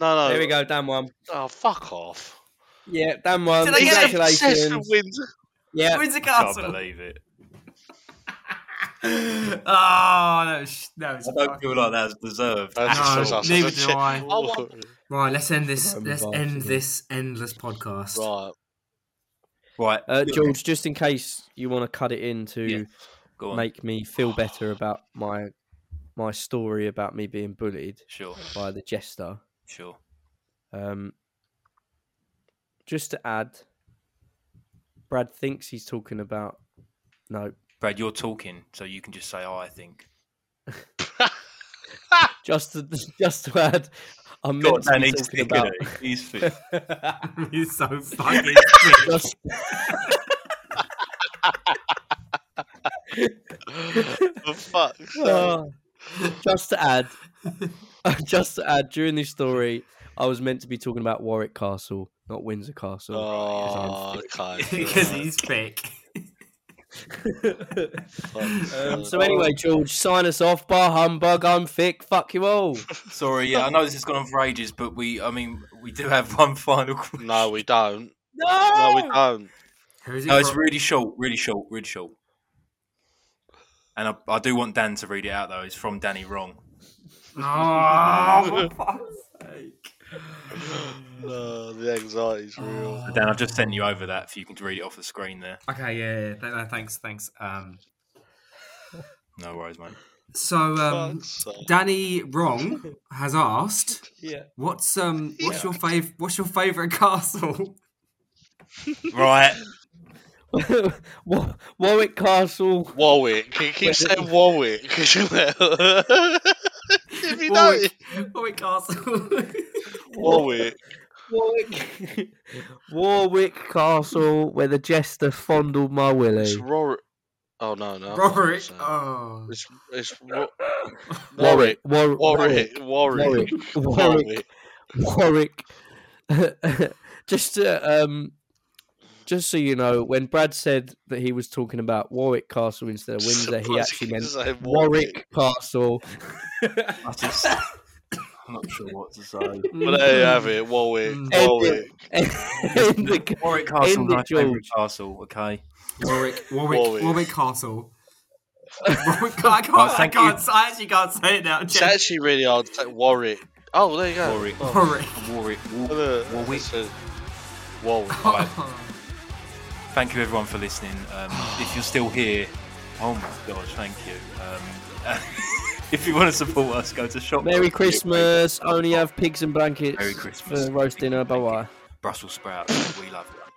No, no. there we go, damn one. Oh, fuck off. Yeah, damn one. Did I He's get it? obsessed with Congratulations. Windsor. Yeah, Windsor I can't Castle. believe it. <laughs> oh, that was, that was I don't feel like that's deserved. That's No, just us. neither That's a do check. <laughs> I. I want- Right, let's end this. I'm Let's embarrassed end again. this endless podcast. <laughs> Right. Right, uh, George, just in case you want to cut it in to Yeah, go on. make me feel better about my my story about me being bullied Sure, by the jester. sure. Um, just to add, Brad thinks he's talking about. No, Brad, you're talking, so you can just say, "Oh, I think." just to <laughs> just to add, I'm meant God, to Dan, be he's talking thick, about. isn't he? He's <laughs> thick. <laughs> He's <laughs> so fucking. <laughs> Just, <laughs> <laughs> For fuck's sake. oh, just to add, <laughs> just to add, during this story, I was meant to be talking about Warwick Castle, not Windsor Castle. Oh, <laughs> because okay. he's thick. Um, Oh, so anyway, George, sign us off. Bar humbug. I'm thick. Fuck you all. Sorry, yeah, I know this has gone on for ages, but we, I mean, we do have <laughs> one final question. no, we don't. No, No, we don't. Who is it No, Oh, it's from? really short, really short, really short. And I, I do want Dan to read it out though. It's from Danny Wrong. Oh, for fuck's sake. No, the anxiety's real. Dan, I've just sent you over that if you can read it off the screen there. Okay, yeah, yeah. Th- no, thanks, thanks. Um, No worries, <laughs> mate. so um, Fuck's sake. Danny Wrong has asked, Yeah. "What's um, what's Yeah. your fav- What's your favorite castle?" Right. <laughs> Wa- Warwick Castle. Warwick. He keeps saying Warwick. <laughs> if you know Warwick, Warwick Castle. <laughs> Warwick. Warwick. <laughs> Warwick Castle, where the jester fondled my willy. It's Rorik. Oh, no, no. I thought you were Warwick. saying- Oh, It's, it's Ro- Warwick. Warwick. War- Warwick. Warwick. Warwick. Warwick. Warwick. <laughs> Warwick. just to, um, just so you know, when Brad said that he was talking about Warwick Castle instead of Windsor, he Surprised actually you meant say Warwick Castle. I just, I'm not sure what to say. <laughs> But there you have it, Warwick. Mm. End <laughs> Warwick. <laughs> In the- Warwick Castle, the my favourite George. castle. Okay, Warwick, <laughs> Warwick, Warwick. Warwick, Castle. Warwick, I Right, can't, I, thank can't I actually can't say it now. It's Jake. actually really hard to say Warwick. Oh, there you go. Warwick, Warwick. Warwick. Oh, Warwick. look, Warwick. it's a- Warwick. Right. <laughs> Thank you, everyone, for listening. Um, if you're still here, oh my gosh, thank you. Um, <laughs> if you want to support us, go to shop. Merry Christmas. Only have pigs and blankets Merry Christmas. for roast dinner. Bye bye. Brussels sprouts. We love you.